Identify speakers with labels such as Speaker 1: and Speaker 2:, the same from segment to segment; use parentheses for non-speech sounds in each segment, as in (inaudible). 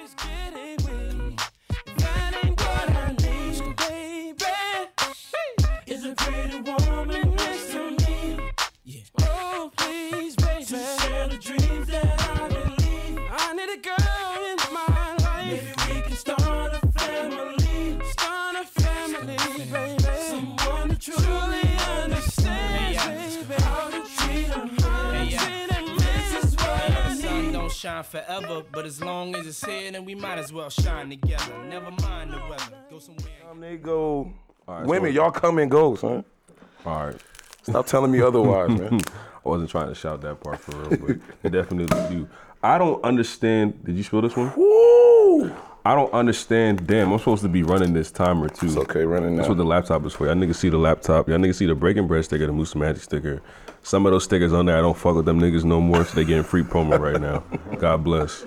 Speaker 1: Just kidding me. That ain't what I need, baby. Is a pretty woman next to me. Yeah. Oh, please, baby. To share the dreams that I believe. I need a girl in my life. Maybe we can start a family. Start a family, baby. Someone that truly understands, baby. How to treat a how to
Speaker 2: yeah.
Speaker 1: treat a man. This is what I
Speaker 2: The sun
Speaker 1: need.
Speaker 2: don't shine forever, but as long as it's here, then we might as well shine together. Never mind the weather. Go somewhere.
Speaker 3: Time they go.
Speaker 4: All right,
Speaker 3: Women,
Speaker 4: so-
Speaker 3: y'all come and go, son.
Speaker 4: All right.
Speaker 3: Stop telling me
Speaker 4: (laughs)
Speaker 3: otherwise, man.
Speaker 4: I wasn't trying to shout that part for real,
Speaker 3: (laughs)
Speaker 4: but I definitely do. I don't understand. Did you spill this one?
Speaker 3: Woo!
Speaker 4: I don't understand. Damn, I'm supposed to be running this timer too.
Speaker 3: It's okay, running
Speaker 4: That's
Speaker 3: now.
Speaker 4: what the laptop is for. Y'all niggas see the laptop. Y'all niggas see the Breaking Bread sticker, the Moose Magic sticker. Some of those stickers on there, I don't fuck with them niggas no more, so they getting free promo right
Speaker 3: (laughs)
Speaker 4: now. God bless.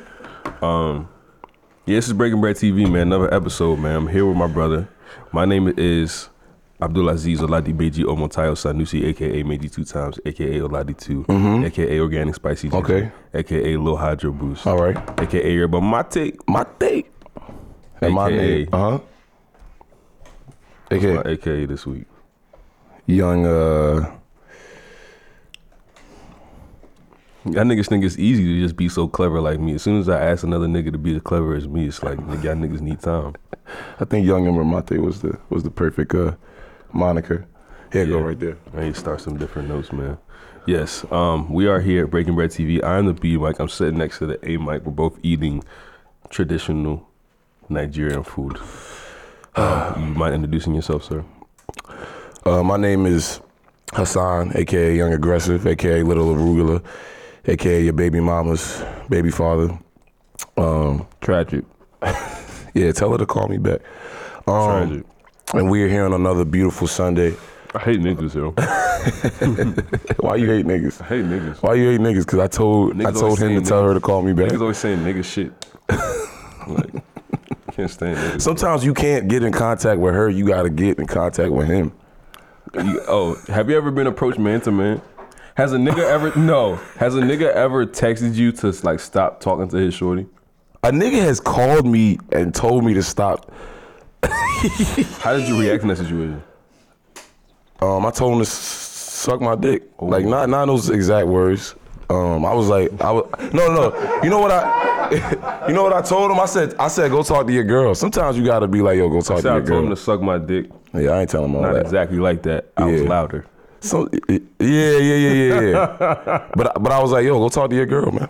Speaker 4: Um, yeah, this is Breaking Bread TV, man. Another episode, man. I'm here with my brother. My name is Abdulaziz Oladibeji Omotayo Sanusi, aka Meiji Two Times, aka Oladi 2 aka Organic Spicy Ginger,
Speaker 3: Mm-hmm. Okay.
Speaker 4: aka Lil Hydro Boost,
Speaker 3: All right.
Speaker 4: aka Yerba Mate,
Speaker 3: My thing. And my
Speaker 4: AKA.
Speaker 3: name. Uh huh.
Speaker 4: my
Speaker 3: AKA
Speaker 4: aka this week.
Speaker 3: young uh
Speaker 4: Y'all niggas think it's easy to just be so clever like me. As soon as I ask another nigga to be as clever as me, it's like nigga, y'all niggas need time.
Speaker 3: I think Young and Ramate was the was the perfect uh moniker. Here you go
Speaker 4: Yeah.
Speaker 3: right there.
Speaker 4: I need to start some different notes, man. Yes, um, we are here at Breaking Bread TV. I'm the B mic. I'm sitting next to the A mic. We're both eating traditional Nigerian food. Uh, you mind introducing yourself, sir?
Speaker 3: Uh, my name is Hassan, aka Young Aggressive, aka Little Arugula, aka your baby mama's baby father. Um,
Speaker 4: Tragic.
Speaker 3: yeah, tell her to call me back. Um,
Speaker 4: Tragic.
Speaker 3: and we are here on another beautiful Sunday.
Speaker 4: I hate niggas, yo. I
Speaker 3: Why you hate niggas?
Speaker 4: hate niggas.
Speaker 3: Why you hate niggas? Cause I told I
Speaker 4: Niggas
Speaker 3: told
Speaker 4: always
Speaker 3: him to
Speaker 4: say
Speaker 3: tell
Speaker 4: niggas.
Speaker 3: her to call me
Speaker 4: (laughs)
Speaker 3: back.
Speaker 4: Niggas always saying nigga shit. (laughs) like, can't stand niggas.
Speaker 3: Sometimes you can't get in contact with her. You gotta get in contact with him.
Speaker 4: You- oh, have you ever been approached man to man? Has a nigga ever no? Has a nigga ever texted you to like stop talking to his shorty?
Speaker 3: A nigga has called me and told me to stop.
Speaker 4: How did you react in that situation?
Speaker 3: Um, I told him to s- suck my dick. Like not not those exact words. Um, I was like, I was no no. You know what I? (laughs) you know what I told him? I said I said go talk to your girl. Sometimes you gotta be like yo go talk to
Speaker 4: So I
Speaker 3: your
Speaker 4: told him
Speaker 3: girl.
Speaker 4: to suck my dick.
Speaker 3: yeah, I ain't telling him all
Speaker 4: Not
Speaker 3: that.
Speaker 4: exactly like that. I was
Speaker 3: Yeah.
Speaker 4: louder.
Speaker 3: So yeah yeah yeah yeah yeah.
Speaker 4: (laughs)
Speaker 3: but I- but I was like yo go talk to your girl man.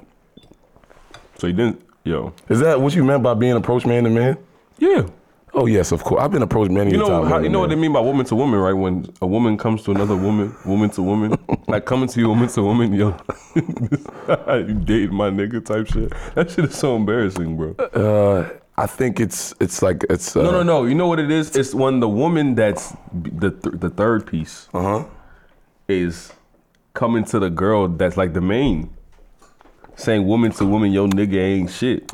Speaker 4: So you didn't, yo.
Speaker 3: Is that what you meant by being approached man to man?
Speaker 4: Yeah.
Speaker 3: Oh yes, of course. I've been approached many
Speaker 4: You know
Speaker 3: times.
Speaker 4: how,
Speaker 3: man
Speaker 4: you
Speaker 3: to
Speaker 4: know what they
Speaker 3: man.
Speaker 4: mean by woman to woman, right? When a woman comes to another woman, woman to (laughs) woman, like coming to you, woman to woman, yo, (laughs) you dating my nigga type shit. That shit is so embarrassing, bro.
Speaker 3: Uh, I think it's it's like it's uh,
Speaker 4: No, no, no. You know what it is? It's when the woman that's b- the th- the third piece
Speaker 3: Uh huh.
Speaker 4: is coming to the girl that's like the main, saying woman to woman, yo nigga ain't shit.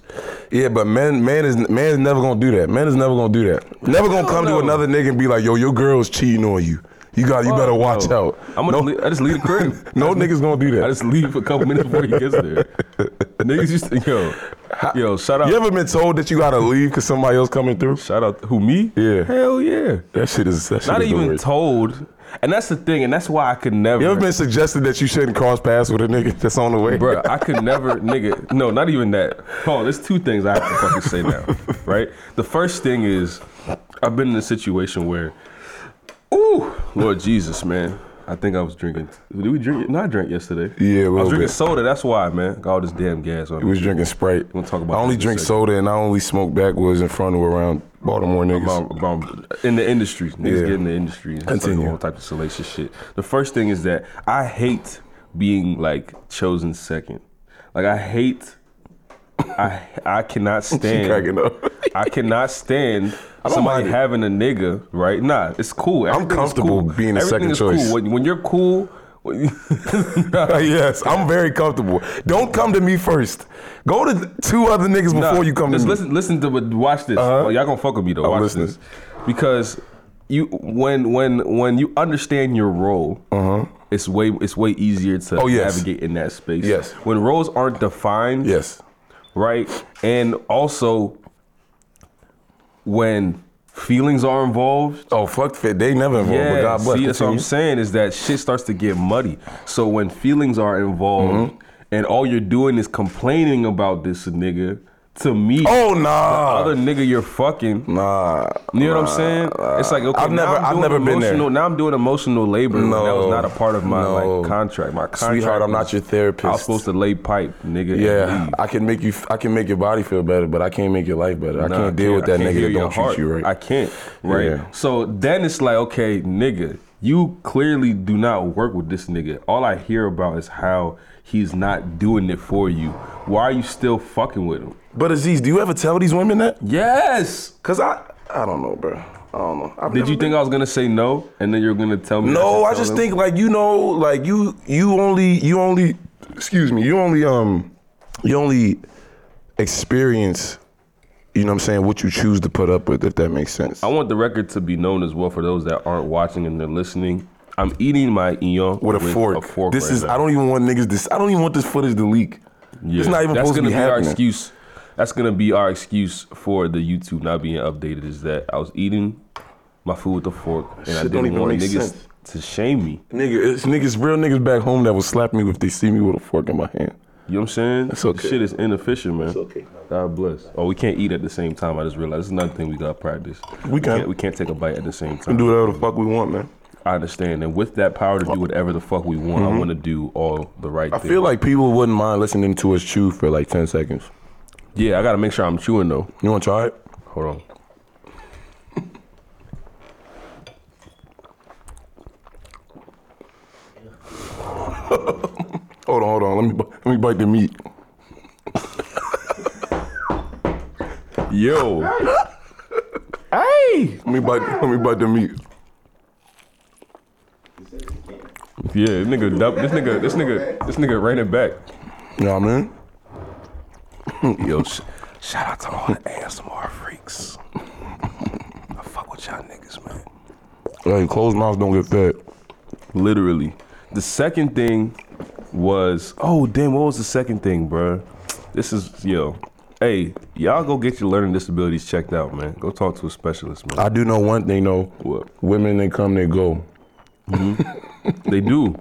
Speaker 3: Yeah, but man, man is man is never gonna do that. Man is never gonna do that. Never gonna
Speaker 4: Hell
Speaker 3: come
Speaker 4: no.
Speaker 3: to another nigga and be like, yo, your girl's cheating on you. You got you better watch out.
Speaker 4: I'm gonna.
Speaker 3: no,
Speaker 4: le- Oh. I just leave the crib.
Speaker 3: (laughs) no niggas gonna do
Speaker 4: I
Speaker 3: that.
Speaker 4: just leave a couple minutes before he gets there. Niggas used to yo, yo. Shout out,
Speaker 3: You ever been told that you gotta leave because somebody else coming through?
Speaker 4: shout out. Who me?
Speaker 3: Yeah.
Speaker 4: Hell yeah.
Speaker 3: That shit is that shit
Speaker 4: Not
Speaker 3: is the
Speaker 4: even
Speaker 3: worst.
Speaker 4: told. And that's the thing. And that's why I could never.
Speaker 3: You ever been suggested that you shouldn't cross paths with a nigga (laughs) that's on the way?
Speaker 4: Bruh, I could never, nigga. No, not even that. Hold on, there's two things I have to fucking say now, right? The first thing is, I've been in a situation where, ooh, Lord Jesus, man. I think I was drinking. Did we drink? No, I drank yesterday. I
Speaker 3: Yeah, a little
Speaker 4: was drinking
Speaker 3: bit.
Speaker 4: soda. That's why, man. Got all this damn gas on.
Speaker 3: We
Speaker 4: me.
Speaker 3: was drinking Sprite.
Speaker 4: We'll talk about
Speaker 3: I
Speaker 4: that
Speaker 3: only
Speaker 4: in a
Speaker 3: drink
Speaker 4: second.
Speaker 3: soda and I only smoke backwards in front or around Baltimore niggas.
Speaker 4: about, about- in the industry. Niggas
Speaker 3: Yeah.
Speaker 4: get in the industry and start
Speaker 3: Continue.
Speaker 4: doing all type of salacious shit. The first thing is that I hate being like chosen second. Like I hate. I I
Speaker 3: (laughs)
Speaker 4: cannot stand.
Speaker 3: cracking up.
Speaker 4: I cannot
Speaker 3: (laughs)
Speaker 4: stand
Speaker 3: don't
Speaker 4: somebody
Speaker 3: mind it.
Speaker 4: having a nigga. Right? Nah, it's cool. Everything is
Speaker 3: comfortable
Speaker 4: cool.
Speaker 3: being a
Speaker 4: Everything
Speaker 3: second
Speaker 4: is
Speaker 3: choice.
Speaker 4: Cool. When, when you're cool. when
Speaker 3: (laughs)
Speaker 4: you- (laughs)
Speaker 3: yes, I'm very comfortable. Don't come to me first. Go to two other niggas
Speaker 4: Nah,
Speaker 3: before you come to
Speaker 4: just
Speaker 3: me. Uh-huh.
Speaker 4: listen, listen to what- watch this. Oh, y'all gonna fuck with me though.
Speaker 3: I'm
Speaker 4: Watch
Speaker 3: listening.
Speaker 4: this, because you when when when you understand your role, it's way it's way easier to
Speaker 3: Uh-huh. Oh, yes.
Speaker 4: navigate in that space.
Speaker 3: Yes.
Speaker 4: when roles aren't defined,
Speaker 3: Yes.
Speaker 4: right? And also, when feelings are involved,
Speaker 3: Oh fuck, fit. They never involved. Oh, but God bless.
Speaker 4: See, that's what I'm
Speaker 3: Continue.
Speaker 4: saying is that shit starts to get muddy. So when feelings are
Speaker 3: Mm-hmm.
Speaker 4: involved and all you're doing is complaining about this nigga to me,
Speaker 3: Oh
Speaker 4: other
Speaker 3: nah,
Speaker 4: nigga you're fucking.
Speaker 3: nah.
Speaker 4: You know what I'm saying? it's like okay,
Speaker 3: I've
Speaker 4: now
Speaker 3: never-
Speaker 4: I'm
Speaker 3: I've
Speaker 4: doing
Speaker 3: never been there.
Speaker 4: emotional- Now I'm doing emotional labor. No, that was
Speaker 3: No.
Speaker 4: not a part of my
Speaker 3: No.
Speaker 4: like contract. My contract,
Speaker 3: Sweetheart, I'm not your therapist.
Speaker 4: I was supposed to lay pipe, nigga. and
Speaker 3: Yeah,
Speaker 4: leave.
Speaker 3: I can make you. I can make your body feel better, but I can't make your life better. I
Speaker 4: Nah,
Speaker 3: can't deal with
Speaker 4: I
Speaker 3: that
Speaker 4: can't
Speaker 3: nigga
Speaker 4: hear
Speaker 3: that
Speaker 4: your
Speaker 3: don't
Speaker 4: heart.
Speaker 3: treat you right.
Speaker 4: I can't. Right.
Speaker 3: Yeah.
Speaker 4: So then it's like, okay, nigga, you clearly do not work with this nigga. All I hear about is how he's not doing it for you. Why are you still fucking with him?
Speaker 3: but Aziz, do you ever tell these women that?
Speaker 4: Yes.
Speaker 3: Cause I, I don't know, bro. I don't know. I've
Speaker 4: Did
Speaker 3: never
Speaker 4: you think I was gonna say no, and then you're gonna tell me?
Speaker 3: No,
Speaker 4: should
Speaker 3: I
Speaker 4: tell
Speaker 3: just
Speaker 4: him?
Speaker 3: think like you know, like you you only you only excuse me, you only um you only experience you know what I'm saying, what you choose to put up with, if that makes sense.
Speaker 4: I want the record to be known as well for those that aren't watching and they're listening. I'm eating my eon
Speaker 3: With a fork. this
Speaker 4: right
Speaker 3: is
Speaker 4: now.
Speaker 3: I don't even want niggas this I don't even want this footage to leak.
Speaker 4: Yeah,
Speaker 3: It's not even
Speaker 4: that's
Speaker 3: supposed to
Speaker 4: gonna
Speaker 3: be,
Speaker 4: our
Speaker 3: happening.
Speaker 4: excuse. That's gonna be our excuse for the YouTube not being updated. Is that I was eating my food with a fork and I
Speaker 3: Shit don't
Speaker 4: didn't
Speaker 3: even
Speaker 4: want
Speaker 3: make
Speaker 4: niggas
Speaker 3: sense.
Speaker 4: to shame me.
Speaker 3: Nigga, it's niggas real niggas back home that will slap me if they see me with a fork in my hand.
Speaker 4: You know what I'm saying? This
Speaker 3: okay.
Speaker 4: Shit is inefficient, man.
Speaker 3: okay.
Speaker 4: God bless. Oh, we can't eat at the same time. I just realized this is another thing we gotta practice.
Speaker 3: We can.
Speaker 4: not we can't take a bite at the same
Speaker 3: We
Speaker 4: time.
Speaker 3: can do whatever the fuck we want, man.
Speaker 4: I understand. And with that power to do whatever the fuck we want, I want to do all the right.
Speaker 3: Mm-hmm. I feel like people wouldn't mind listening to us chew for like ten seconds.
Speaker 4: yeah, I gotta make sure I'm chewing though.
Speaker 3: You wanna try it?
Speaker 4: Hold on.
Speaker 3: Hold on, hold on. Let me bu- let me bite the meat.
Speaker 4: Yo,
Speaker 3: Hey! Let me bite. Let me bite the meat.
Speaker 4: yeah, this nigga, dump- this nigga, this nigga, this nigga ran it back.
Speaker 3: You know what I
Speaker 4: (laughs)
Speaker 3: mean?
Speaker 4: Yo, sh- shout out to all the ASMR freaks. I fuck with y'all niggas, man.
Speaker 3: Hey, closed mouths don't get fed.
Speaker 4: Literally. The second thing was, oh damn, what was the second thing, bruh? This is yo. Hey, y'all go get your learning disabilities checked out, man. Go talk to a specialist, man.
Speaker 3: I do know one thing though.
Speaker 4: What?
Speaker 3: Women, they come, they go.
Speaker 4: They do.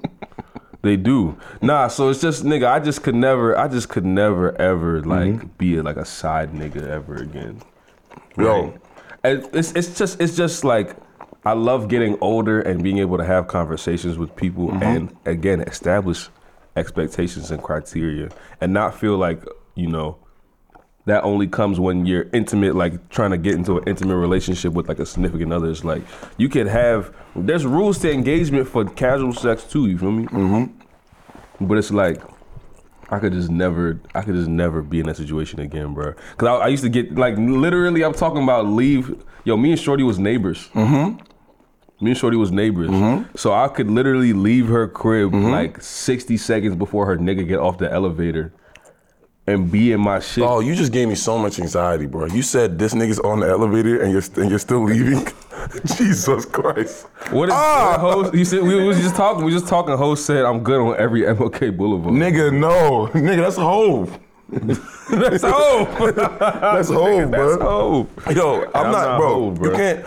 Speaker 4: They do. Nah, so it's just nigga, I just could never I just could never ever like be like a side nigga ever again.
Speaker 3: Yo,
Speaker 4: And it's it's just it's just like I love getting older and being able to have conversations with people and again establish expectations and criteria and not feel like, you know, that only comes when you're intimate, like trying to get into an intimate relationship with like a significant other. It's like you could have there's rules to engagement for casual sex too. You feel me? Mm-hmm. But it's like I could just never, I could just never be in that situation again, bro. Cause I, I used to get like literally, I'm talking about leave. Yo, me and Shorty was neighbors. Mm-hmm. Me and Shorty was neighbors.
Speaker 3: Mm-hmm.
Speaker 4: So I could literally leave her crib like 60 seconds before her nigga get off the elevator. And be in my shit.
Speaker 3: oh, you just gave me so much anxiety, bro. You said this nigga's on the elevator and you're st- and you're still leaving. (laughs) Jesus Christ.
Speaker 4: What is
Speaker 3: Ah!
Speaker 4: ah! host? You said we was just talking. We just talking. Host said I'm good on every MLK Boulevard.
Speaker 3: Nigga, no, nigga, that's hope.
Speaker 4: (laughs) that's hope. (laughs)
Speaker 3: That's hope, bro.
Speaker 4: that's hope.
Speaker 3: Yo, I'm,
Speaker 4: I'm
Speaker 3: not,
Speaker 4: not
Speaker 3: bro,
Speaker 4: hope, bro.
Speaker 3: You can't.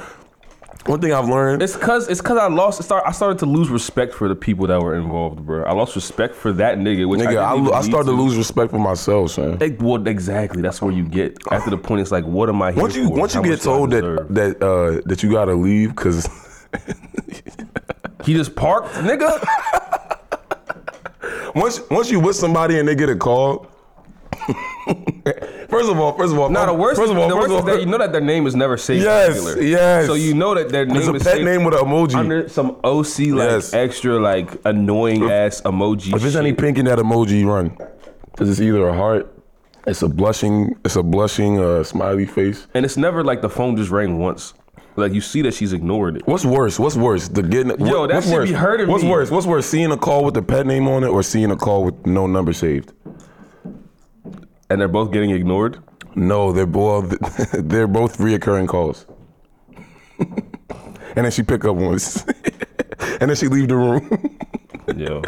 Speaker 3: One thing I've learned.
Speaker 4: It's cause it's cause I lost. Start, I started to lose respect for the people that were involved, bro. I lost respect for that nigga. Which
Speaker 3: Nigga, I,
Speaker 4: I, didn't
Speaker 3: lo-
Speaker 4: even
Speaker 3: I
Speaker 4: need
Speaker 3: started to
Speaker 4: to
Speaker 3: lose respect for myself, son.
Speaker 4: Like, well, exactly. That's where you get after the point. It's like, what am I here
Speaker 3: Once you
Speaker 4: for?
Speaker 3: once you
Speaker 4: How
Speaker 3: get
Speaker 4: much do I
Speaker 3: told that
Speaker 4: deserve?
Speaker 3: that uh, that you gotta leave because
Speaker 4: he just parked,
Speaker 3: (laughs)
Speaker 4: nigga.
Speaker 3: (laughs) once once you with somebody and they get a call. (laughs) first of all, first of all,
Speaker 4: Now the worst.
Speaker 3: First of all,
Speaker 4: the
Speaker 3: first
Speaker 4: worst is
Speaker 3: of all,
Speaker 4: that you know that their name is never saved.
Speaker 3: Yes,
Speaker 4: in regular.
Speaker 3: yes.
Speaker 4: So you know that their name
Speaker 3: (laughs) it's a
Speaker 4: is
Speaker 3: pet
Speaker 4: saved
Speaker 3: name with an emoji.
Speaker 4: under some OC like
Speaker 3: Yes.
Speaker 4: extra like annoying ass emoji.
Speaker 3: if there's any
Speaker 4: shit.
Speaker 3: pink in that emoji, run because it's either a heart, it's a blushing, it's a blushing uh, smiley face.
Speaker 4: and it's never like the phone just rang once. Like you see that she's ignored it.
Speaker 3: What's worse? What's worse? The getting
Speaker 4: Yo,
Speaker 3: what-
Speaker 4: that
Speaker 3: what's
Speaker 4: shit
Speaker 3: worse?
Speaker 4: be hurting
Speaker 3: What's
Speaker 4: me.
Speaker 3: worse? What's worse? Seeing a call with the pet name on it or seeing a call with no number saved?
Speaker 4: And they're both getting ignored.
Speaker 3: No, they're both (laughs) they're both reoccurring calls. (laughs) and then she pick up once, (laughs) and then she leave the room.
Speaker 4: Yo.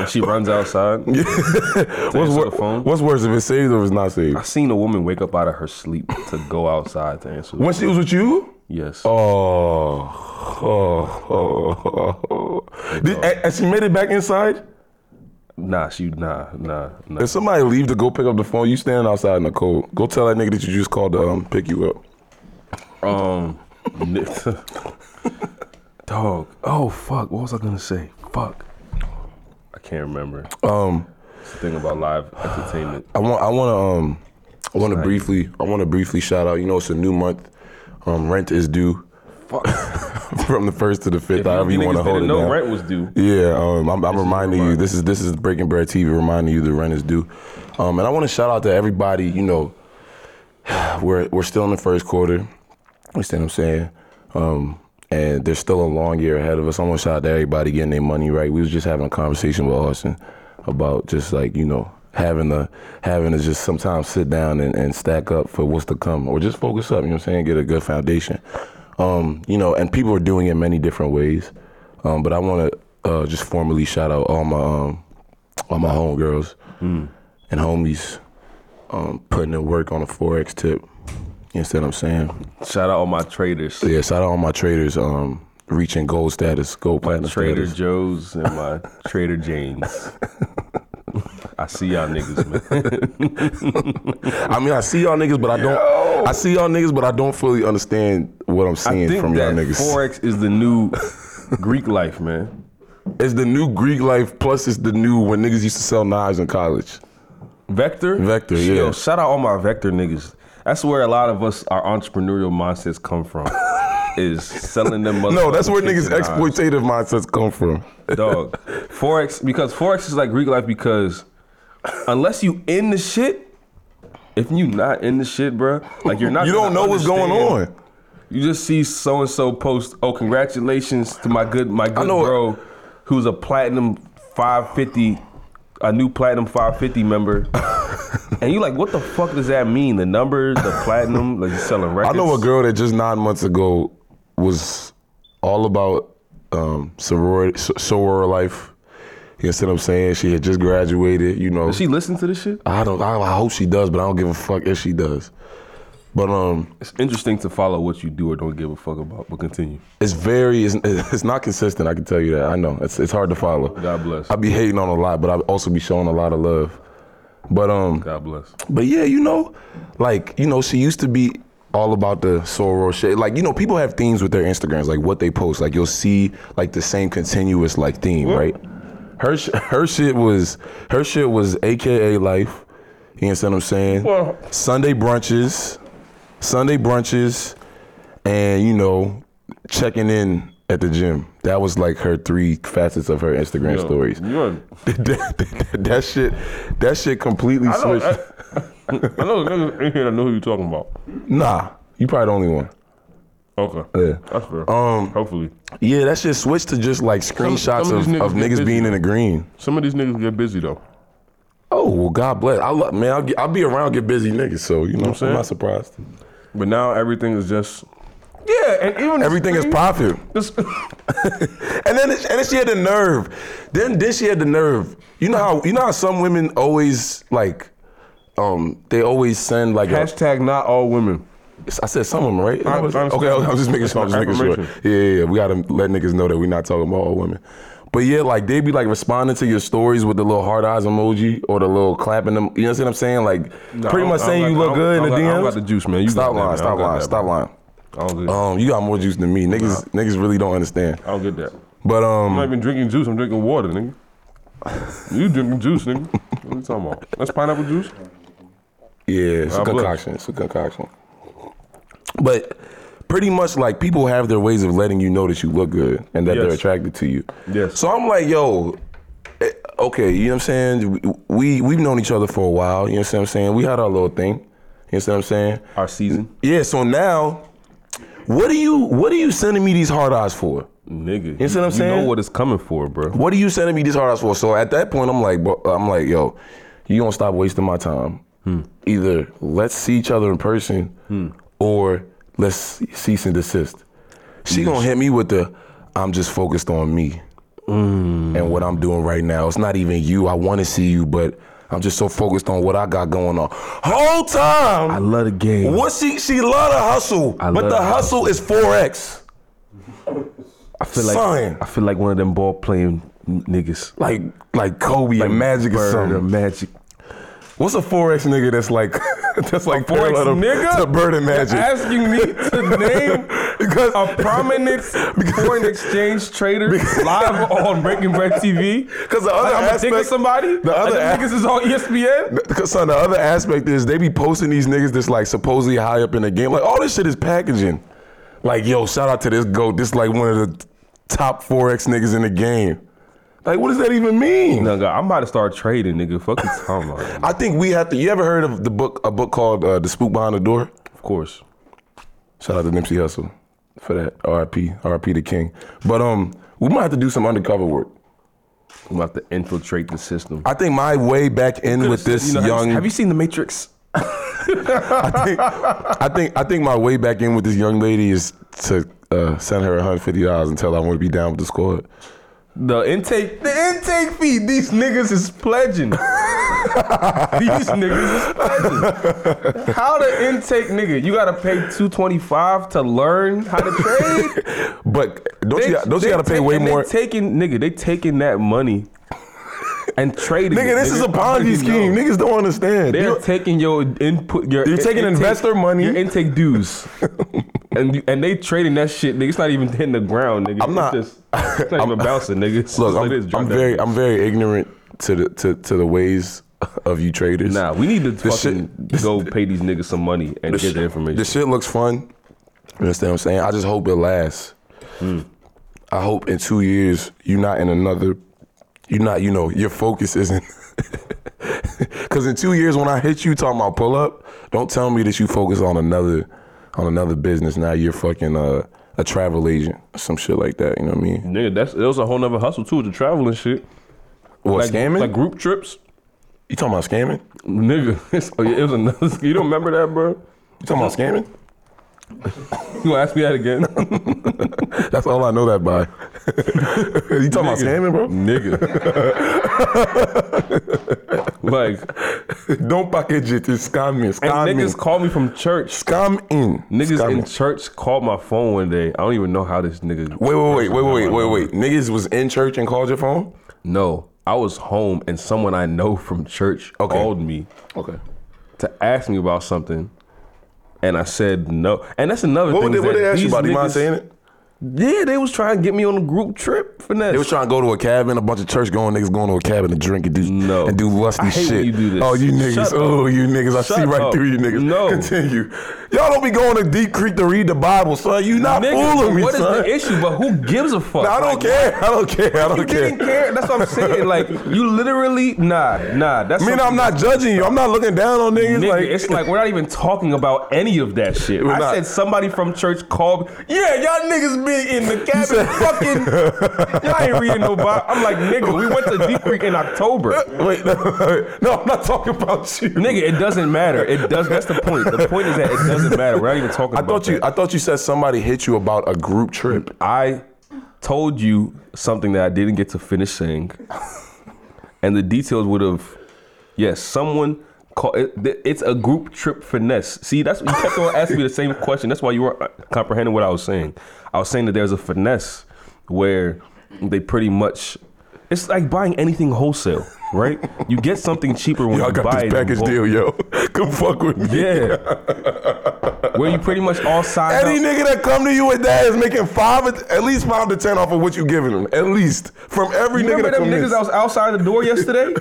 Speaker 4: And she runs outside.
Speaker 3: (laughs)
Speaker 4: to
Speaker 3: What's,
Speaker 4: answer
Speaker 3: wor-
Speaker 4: the phone.
Speaker 3: what's worse, if it's saved or if it's not saved?
Speaker 4: I seen a woman wake up out of her sleep to go outside to answer. the
Speaker 3: When she was with you?
Speaker 4: Yes.
Speaker 3: Oh, oh, oh, oh, (laughs) oh. Did, and, and she made it back inside?
Speaker 4: Nah, she nah nah nah. (laughs)
Speaker 3: If somebody leave to go pick up the phone, you stand outside in the cold. Go tell that nigga that you just called to um, pick you up.
Speaker 4: Um, n- dog. Oh fuck. What was I gonna say? Fuck. I can't remember.
Speaker 3: Um,
Speaker 4: It's the thing about live entertainment.
Speaker 3: I want I want to um I want to briefly I want to briefly shout out. You know, it's a new month. Um, rent is due
Speaker 4: Fuck.
Speaker 3: (laughs) from the first to the fifth. However you
Speaker 4: niggas
Speaker 3: want to hold
Speaker 4: didn't
Speaker 3: it
Speaker 4: know
Speaker 3: down.
Speaker 4: rent was due.
Speaker 3: Yeah, um, I'm, I'm reminding you. This is this is Breaking Bread TV reminding you the rent is due, um, and I want to shout out to everybody. You know, (sighs) we're we're still in the first quarter. You see what I'm saying? Um, and there's still a long year ahead of us. I want to shout out to everybody getting their money right. We was just having a conversation with Austin about just like you know having to having to just sometimes sit down and, and stack up for what's to come, or just focus up. You know what I'm saying? Get a good foundation. Um, you know, and people are doing it many different ways. Um, but I want to uh, just formally shout out all my um, all my homegirls and homies um, putting in work on a forex tip. You understand what I'm saying?
Speaker 4: Shout out all my traders,
Speaker 3: So yeah, shout out all my traders um, reaching gold status, gold platinum
Speaker 4: Trader
Speaker 3: status.
Speaker 4: Joe's, and my Trader Jane's. (laughs) I see y'all niggas, man.
Speaker 3: I mean, I see y'all niggas, but I don't. I see y'all niggas, but I don't fully understand what I'm
Speaker 4: I
Speaker 3: seeing
Speaker 4: think
Speaker 3: from y'all
Speaker 4: that
Speaker 3: niggas.
Speaker 4: forex is the new Greek life, man.
Speaker 3: it's the new Greek life, plus it's the new when niggas used to sell knives in college.
Speaker 4: Vector?
Speaker 3: Vector, yeah.
Speaker 4: Yo, shout out all my Vector niggas. That's where a lot of us, our entrepreneurial mindsets come
Speaker 3: (laughs)
Speaker 4: from, is selling them motherfuckers.
Speaker 3: No, that's where niggas'
Speaker 4: kicks and knives.
Speaker 3: exploitative mindsets come from.
Speaker 4: Dog. Forex, because Forex is like Greek life because unless you in the shit, if you not in the shit, bruh, like you're not.
Speaker 3: You don't
Speaker 4: gonna
Speaker 3: know what's going
Speaker 4: understand.
Speaker 3: on.
Speaker 4: You just see so and so post. Oh, congratulations to my good my good
Speaker 3: know-
Speaker 4: bro, who's a platinum 550, a new platinum 550 (laughs) member. and you like, what the fuck does that mean? The number, the platinum, like you selling
Speaker 3: I
Speaker 4: records.
Speaker 3: know a girl that just nine months ago was all about um, sorority, so- soror life. You understand what I'm saying? She had just graduated. You know,
Speaker 4: Does she listen to this shit?
Speaker 3: I don't. I, I hope she does, but I don't give a fuck if she does. But um,
Speaker 4: It's interesting to follow what you do or don't give a fuck about. But continue.
Speaker 3: it's very. It's, it's not consistent. I can tell you that. I know. It's it's hard to follow.
Speaker 4: God bless.
Speaker 3: I be hating on a lot, but I also be showing a lot of love. But um,
Speaker 4: God bless.
Speaker 3: But yeah, you know, like, you know, she used to be all about the soror shit. Like, you know, people have themes with their Instagrams, like what they post. Like you'll see like the same continuous like theme, right? Her sh- her shit was her shit was AKA life. You understand what I'm saying?
Speaker 4: Well-
Speaker 3: Sunday brunches, Sunday brunches, and you know, checking in at the gym. That was like her three facets of her Instagram
Speaker 4: Yo,
Speaker 3: stories. (laughs)
Speaker 4: You on-
Speaker 3: that, that- that shit, that shit completely
Speaker 4: I know.
Speaker 3: switched.
Speaker 4: I, I know the niggas in here that know who you're talking about.
Speaker 3: Nah, you probably the only one.
Speaker 4: Okay.
Speaker 3: Yeah.
Speaker 4: That's fair.
Speaker 3: Um,
Speaker 4: Hopefully,
Speaker 3: Yeah, that shit switched to just like screenshots
Speaker 4: some of
Speaker 3: of,
Speaker 4: these niggas
Speaker 3: of
Speaker 4: get
Speaker 3: niggas
Speaker 4: busy.
Speaker 3: being in the green.
Speaker 4: some of these niggas get busy though.
Speaker 3: Oh well, God bless. I love man. I'll, get, I'll be around get busy niggas, so you know, I'm,
Speaker 4: saying?
Speaker 3: not surprised.
Speaker 4: But now everything is just yeah, and even
Speaker 3: Everything is profit. (laughs)
Speaker 4: This, (laughs)
Speaker 3: And then and then she had the nerve. Then then she had the nerve. You know how you know how some women always like, um, they always send like. a-
Speaker 4: hashtag not all women.
Speaker 3: I said some of them, right?
Speaker 4: I understand.
Speaker 3: okay, okay, I'm just making sure. I'm just making sure.
Speaker 4: Affirmation.
Speaker 3: Yeah, yeah, yeah. We gotta let niggas know that we not talking about all women. But yeah, like they be like responding to your stories with the little hard eyes emoji or the little clapping them. You know what I'm saying? Like pretty much saying you look good in the
Speaker 4: I don't got
Speaker 3: DMs.
Speaker 4: the juice, man. You
Speaker 3: Stop lying, stop lying, stop lying.
Speaker 4: lying.
Speaker 3: Um, you got more juice than me. Niggas, niggas really don't understand.
Speaker 4: I don't get that.
Speaker 3: But um,
Speaker 4: I'm not even drinking juice. I'm drinking water, nigga. You drinking juice, nigga? What you talking about? That's pineapple juice.
Speaker 3: Yeah, it's a
Speaker 4: God bless.
Speaker 3: concoction. It's a concoction. But pretty much like people have their ways of letting you know that you look good and that they're
Speaker 4: Yes.
Speaker 3: attracted to you.
Speaker 4: Yes.
Speaker 3: So I'm like, yo, eh, okay, you know what I'm saying? We we've known each other for a while, you know what I'm saying? We had our little thing. You know what I'm saying?
Speaker 4: Our season,
Speaker 3: Yeah, so now what are you what are you sending me these hard eyes for?
Speaker 4: nigga.
Speaker 3: You see what I'm
Speaker 4: You know
Speaker 3: saying?
Speaker 4: what it's coming for, bro.
Speaker 3: What are you sending me these hard eyes for? So at that point, I'm like, bro, I'm like, yo, you gonna stop wasting my time.
Speaker 5: Hmm.
Speaker 3: Either let's see each other in person, or let's cease and desist. She gonna hit me with the, I'm just focused on me.
Speaker 5: Hmm.
Speaker 3: and what I'm doing right now. It's not even you. I want to see you, but I'm just so focused on what I got going on. Whole time.
Speaker 5: I love the game.
Speaker 3: What she she love to hustle,
Speaker 5: I
Speaker 3: but
Speaker 5: love
Speaker 3: the
Speaker 5: to
Speaker 3: hustle is four x.
Speaker 5: I feel like
Speaker 3: Son.
Speaker 5: I feel like one of them ball playing niggas.
Speaker 3: Like like Kobe and Magic or
Speaker 5: Bird
Speaker 3: something.
Speaker 5: Magic.
Speaker 3: What's a four x nigga that's like (laughs) that's like parallel to,
Speaker 4: nigga?
Speaker 3: to Bird and Magic?
Speaker 4: Asking me to (laughs) name
Speaker 3: because
Speaker 4: a (laughs) prominent foreign exchange trader live on Breaking Bread TV.
Speaker 3: 'Cause the other
Speaker 4: I'm gonna think of
Speaker 3: aspect-
Speaker 4: somebody.
Speaker 3: the other
Speaker 4: and
Speaker 3: as-
Speaker 4: niggas is on E ESPN.
Speaker 3: Because son, the other aspect is they be posting these niggas that's like supposedly high up in the game. Like all this shit is packaging. Like yo, shout out to this goat. This like one of the top four X niggas in the game. Like what does that even mean?
Speaker 4: Nigga, I'm about to start trading, nigga. Fuck you talking about, nigga.
Speaker 3: I think we have to. You ever heard of the book? A book called uh, "The Spook Behind the Door."
Speaker 4: Of course.
Speaker 3: Shout out to Nipsey Hussle for that. R.I.P. R.I.P. the King. But um, we might have to do some undercover work.
Speaker 4: I'm about to infiltrate the system.
Speaker 3: I think my way back in with this
Speaker 4: You know, have you-
Speaker 3: young.
Speaker 4: Have you seen The Matrix?
Speaker 3: (laughs) I think I think my way back in with this young lady is to uh, send her 150 dollars and tell her I want to be down with the squad.
Speaker 4: The intake, the intake fee. These niggas is
Speaker 3: (laughs)
Speaker 4: pledging. These niggas is pledging. How to intake nigga? You gotta pay two twenty five to learn how to trade.
Speaker 3: But (laughs) don't you don't
Speaker 4: they
Speaker 3: you gotta pay
Speaker 4: take-
Speaker 3: way
Speaker 4: and they
Speaker 3: more?
Speaker 4: Taking nigga, they taking that money and trading.
Speaker 3: Nigga,
Speaker 4: it,
Speaker 3: this is a
Speaker 4: You
Speaker 3: Ponzi scheme.
Speaker 4: know.
Speaker 3: Niggas don't understand.
Speaker 4: They're
Speaker 3: You-
Speaker 4: taking your input. Your
Speaker 3: You're taking investor money.
Speaker 4: Your intake dues.
Speaker 3: (laughs)
Speaker 4: and you- and they trading that shit, nigga. It's not even hitting the ground, nigga.
Speaker 3: I'm not-
Speaker 4: It's, just, it's
Speaker 3: (laughs)
Speaker 4: not even bouncing, nigga. It's
Speaker 3: Look,
Speaker 4: just like this,
Speaker 3: I'm,
Speaker 4: drop
Speaker 3: I'm
Speaker 4: that
Speaker 3: very
Speaker 4: bitch.
Speaker 3: I'm very ignorant to the to, to the ways of you traders.
Speaker 4: Nah, we need to
Speaker 3: This shit-
Speaker 4: fucking go pay these niggas some money and get the information.
Speaker 3: The shit looks fun. You understand what I'm saying? I just hope it lasts.
Speaker 4: Hmm.
Speaker 3: I hope in two years you're not in another. You're not. You know, your focus isn't. (laughs) Because in two years, when I hit you talking about pull up, don't tell me that you focus on another, on another business. Now you're fucking uh, a travel agent, or some shit like that. You know what I mean?
Speaker 4: Nigga, that's that was a whole nother hustle too with the travel and shit.
Speaker 3: What
Speaker 4: like,
Speaker 3: scamming?
Speaker 4: Like group trips.
Speaker 3: you talking about scamming?
Speaker 4: Nigga, (laughs) it's, oh, yeah, it was another. You don't remember that, bro?
Speaker 3: You talking about scamming?
Speaker 4: You gonna ask me that again? (laughs)
Speaker 3: That's all I know that by. (laughs) you talking about scamming, bro?
Speaker 4: Nigga. like,
Speaker 3: Don't package it. It's scamming.
Speaker 4: and
Speaker 3: Scamming.
Speaker 4: niggas call me from church.
Speaker 3: Scamming.
Speaker 4: Niggas
Speaker 3: Scamming.
Speaker 4: in church called my phone one day. I don't even know how this nigga.
Speaker 3: Wait, wait, wait, wait, wait, wait, wait. Niggas was in church and called your phone?
Speaker 4: No, I was home and someone I know from church
Speaker 3: Okay.
Speaker 4: called me
Speaker 3: Okay.
Speaker 4: to ask me about something, and I said no. And that's another
Speaker 3: What
Speaker 4: thing.
Speaker 3: would they,
Speaker 4: is
Speaker 3: what
Speaker 4: that
Speaker 3: they ask you
Speaker 4: these
Speaker 3: about? Do you mind
Speaker 4: niggas-
Speaker 3: saying it?
Speaker 4: Yeah, they was trying to get me on a group trip finesse.
Speaker 3: They was trying to go to a cabin, a bunch of church going niggas going to a cabin to drink and do
Speaker 4: No.
Speaker 3: and do lusty
Speaker 4: I hate
Speaker 3: shit.
Speaker 4: when you do this.
Speaker 3: Oh, you niggas.
Speaker 4: Shut up.
Speaker 3: oh, you niggas. I see
Speaker 4: Shut
Speaker 3: right
Speaker 4: up.
Speaker 3: through you niggas.
Speaker 4: No.
Speaker 3: Continue. Y'all don't be going to Deep Creek to read the Bible, son. You not
Speaker 4: Nigga,
Speaker 3: fooling me,
Speaker 4: what is
Speaker 3: son.
Speaker 4: the issue? But who gives a fuck?
Speaker 3: Nah, I
Speaker 4: Like,
Speaker 3: don't care. (laughs) I don't care. I
Speaker 4: You
Speaker 3: don't
Speaker 4: didn't
Speaker 3: care.
Speaker 4: care. That's what I'm saying. Like you literally, nah, nah. That's
Speaker 3: I mean, I'm
Speaker 4: something-
Speaker 3: not judging you. I'm not looking down on niggas.
Speaker 4: Nigga,
Speaker 3: like,
Speaker 4: it's like we're not even talking about any of that shit.
Speaker 3: We're
Speaker 4: I
Speaker 3: not.
Speaker 4: said somebody from church called. me, Yeah, y'all niggas been in the cabin
Speaker 3: said-
Speaker 4: fucking. Y'all ain't reading no Bible. I'm like, nigga, we went to Deep Creek in October.
Speaker 3: (laughs) wait, no, I'm not talking about you.
Speaker 4: Nigga, it doesn't matter. It does. That's the point. The point is that it doesn't matter. We're not even talking.
Speaker 3: I
Speaker 4: about
Speaker 3: thought you.
Speaker 4: that.
Speaker 3: I thought you said somebody hit you about a group trip.
Speaker 4: I told you something that I didn't get to finish saying, (laughs) and the details would have. Yes, someone. Call, it, it's a group trip finesse. See, that's you kept on asking me the same question. That's why you weren't uh, comprehending what I was saying. I was saying that there's a finesse where they pretty much. It's like buying anything wholesale, right? You get something cheaper when
Speaker 3: Y'all
Speaker 4: you
Speaker 3: got
Speaker 4: buy
Speaker 3: this
Speaker 4: it. in
Speaker 3: package
Speaker 4: bulk.
Speaker 3: deal, yo. (laughs) Come fuck with me.
Speaker 4: Yeah. where you pretty much all signed up.
Speaker 3: Any nigga that come to you with that is making five, at least five to ten off of what you giving them. At least from every
Speaker 4: You
Speaker 3: nigga
Speaker 4: remember
Speaker 3: that
Speaker 4: them
Speaker 3: come
Speaker 4: niggas
Speaker 3: in.
Speaker 4: that was outside the door yesterday?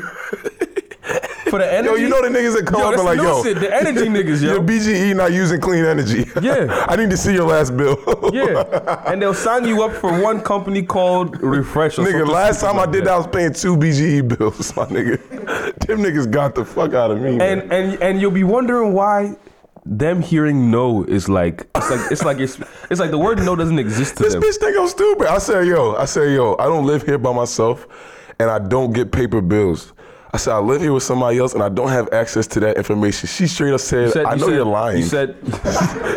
Speaker 4: For the energy?
Speaker 3: (laughs) Yo, you know the niggas that come
Speaker 4: Yo,
Speaker 3: up
Speaker 4: that's
Speaker 3: and like,
Speaker 4: new
Speaker 3: yo,
Speaker 4: shit, the energy niggas, yo.
Speaker 3: (laughs) Your BGE not using clean energy. (laughs)
Speaker 4: Yeah.
Speaker 3: I need to see your last bill.
Speaker 4: Yeah. And they'll sign you up for one company called Refresh or
Speaker 3: (laughs) Nigga,
Speaker 4: something
Speaker 3: last
Speaker 4: stupid
Speaker 3: time I
Speaker 4: like
Speaker 3: did that, I was paying two BGE bills, (laughs) my nigga. Them niggas got the fuck out of me. man.
Speaker 4: And and and you'll be wondering why them hearing no is like it's like it's like it's it's like the word no doesn't exist to
Speaker 3: This
Speaker 4: them.
Speaker 3: bitch think I'm stupid. I said, yo, I said, yo, I don't live here by myself and I don't get paper bills. I I said I live here with somebody else and I don't have access to that information. She straight up said,
Speaker 4: You said-
Speaker 3: I
Speaker 4: you
Speaker 3: know
Speaker 4: said-
Speaker 3: you're lying.
Speaker 4: You said
Speaker 3: (laughs)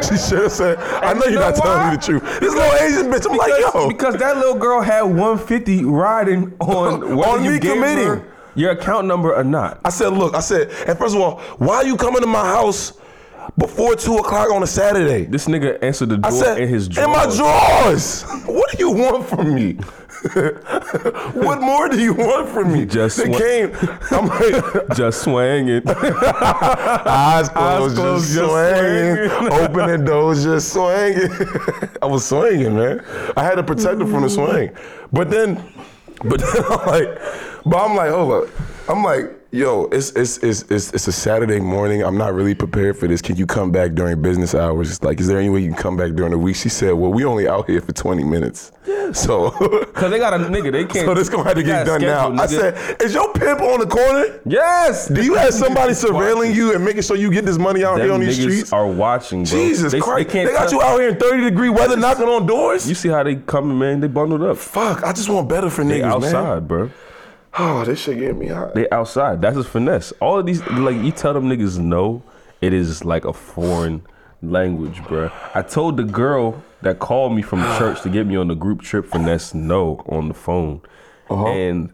Speaker 3: she straight up said, I know
Speaker 4: you
Speaker 3: you're
Speaker 4: know
Speaker 3: not telling
Speaker 4: why?
Speaker 3: me the truth. This little Asian bitch, I'm like, yo.
Speaker 4: because that little girl had 150 riding
Speaker 3: (laughs)
Speaker 4: on whether
Speaker 3: On
Speaker 4: you
Speaker 3: me
Speaker 4: gave her
Speaker 3: committing.
Speaker 4: your account number or not.
Speaker 3: I said, look, I said, and first of all, why you coming to my house before two o'clock on a Saturday?
Speaker 4: This nigga answered the
Speaker 3: I
Speaker 4: door
Speaker 3: said,
Speaker 4: in his drawers.
Speaker 3: my drawers. (laughs) What do you want from me? (laughs) what more do you want from me?
Speaker 4: Just
Speaker 3: they
Speaker 4: wa-
Speaker 3: came.
Speaker 4: (laughs)
Speaker 3: I'm like,
Speaker 4: Just swang (laughs) it.
Speaker 3: eyes closed,
Speaker 4: closed,
Speaker 3: just,
Speaker 4: just
Speaker 3: swinging.
Speaker 4: swinging.
Speaker 3: (laughs) Open the doors, just swinging. (laughs) Mm-hmm. I was swinging, man. I had to protect her from the swing. But then, but then (laughs) I'm like, but I'm like, hold up. I'm like, yo, it's it's it's it's, it's a Saturday morning. I'm not really prepared for this. Can you come back during business hours? It's Like, is there any way you can come back during the week? She said, well, we only out here for 20 minutes. So. (laughs)
Speaker 4: Cause they got a nigga, they can't.
Speaker 3: So this gonna have to
Speaker 4: they got
Speaker 3: get
Speaker 4: a
Speaker 3: done now.
Speaker 4: schedule,
Speaker 3: I
Speaker 4: nigga.
Speaker 3: said, "Is your pimp on the corner?"
Speaker 4: yes.
Speaker 3: Do you have somebody surveilling you and making sure you get this money out
Speaker 4: Them
Speaker 3: here on these
Speaker 4: niggas
Speaker 3: streets?
Speaker 4: are watching, bro.
Speaker 3: Jesus
Speaker 4: they,
Speaker 3: Christ!
Speaker 4: They,
Speaker 3: They,
Speaker 4: can't
Speaker 3: got
Speaker 4: tell-
Speaker 3: you out here in 30 degree weather knocking on doors.
Speaker 4: You see how they coming, man? They bundled up.
Speaker 3: Fuck! I just want better for
Speaker 4: They
Speaker 3: niggas, man.
Speaker 4: outside, bro.
Speaker 3: Oh, this shit get me hot.
Speaker 4: They outside. That's his finesse. All of these, like you tell them niggas no, it is like a foreign language, bro. I told the girl that called me from church to get me on the group trip finesse no on the phone,
Speaker 3: Uh-huh.
Speaker 4: and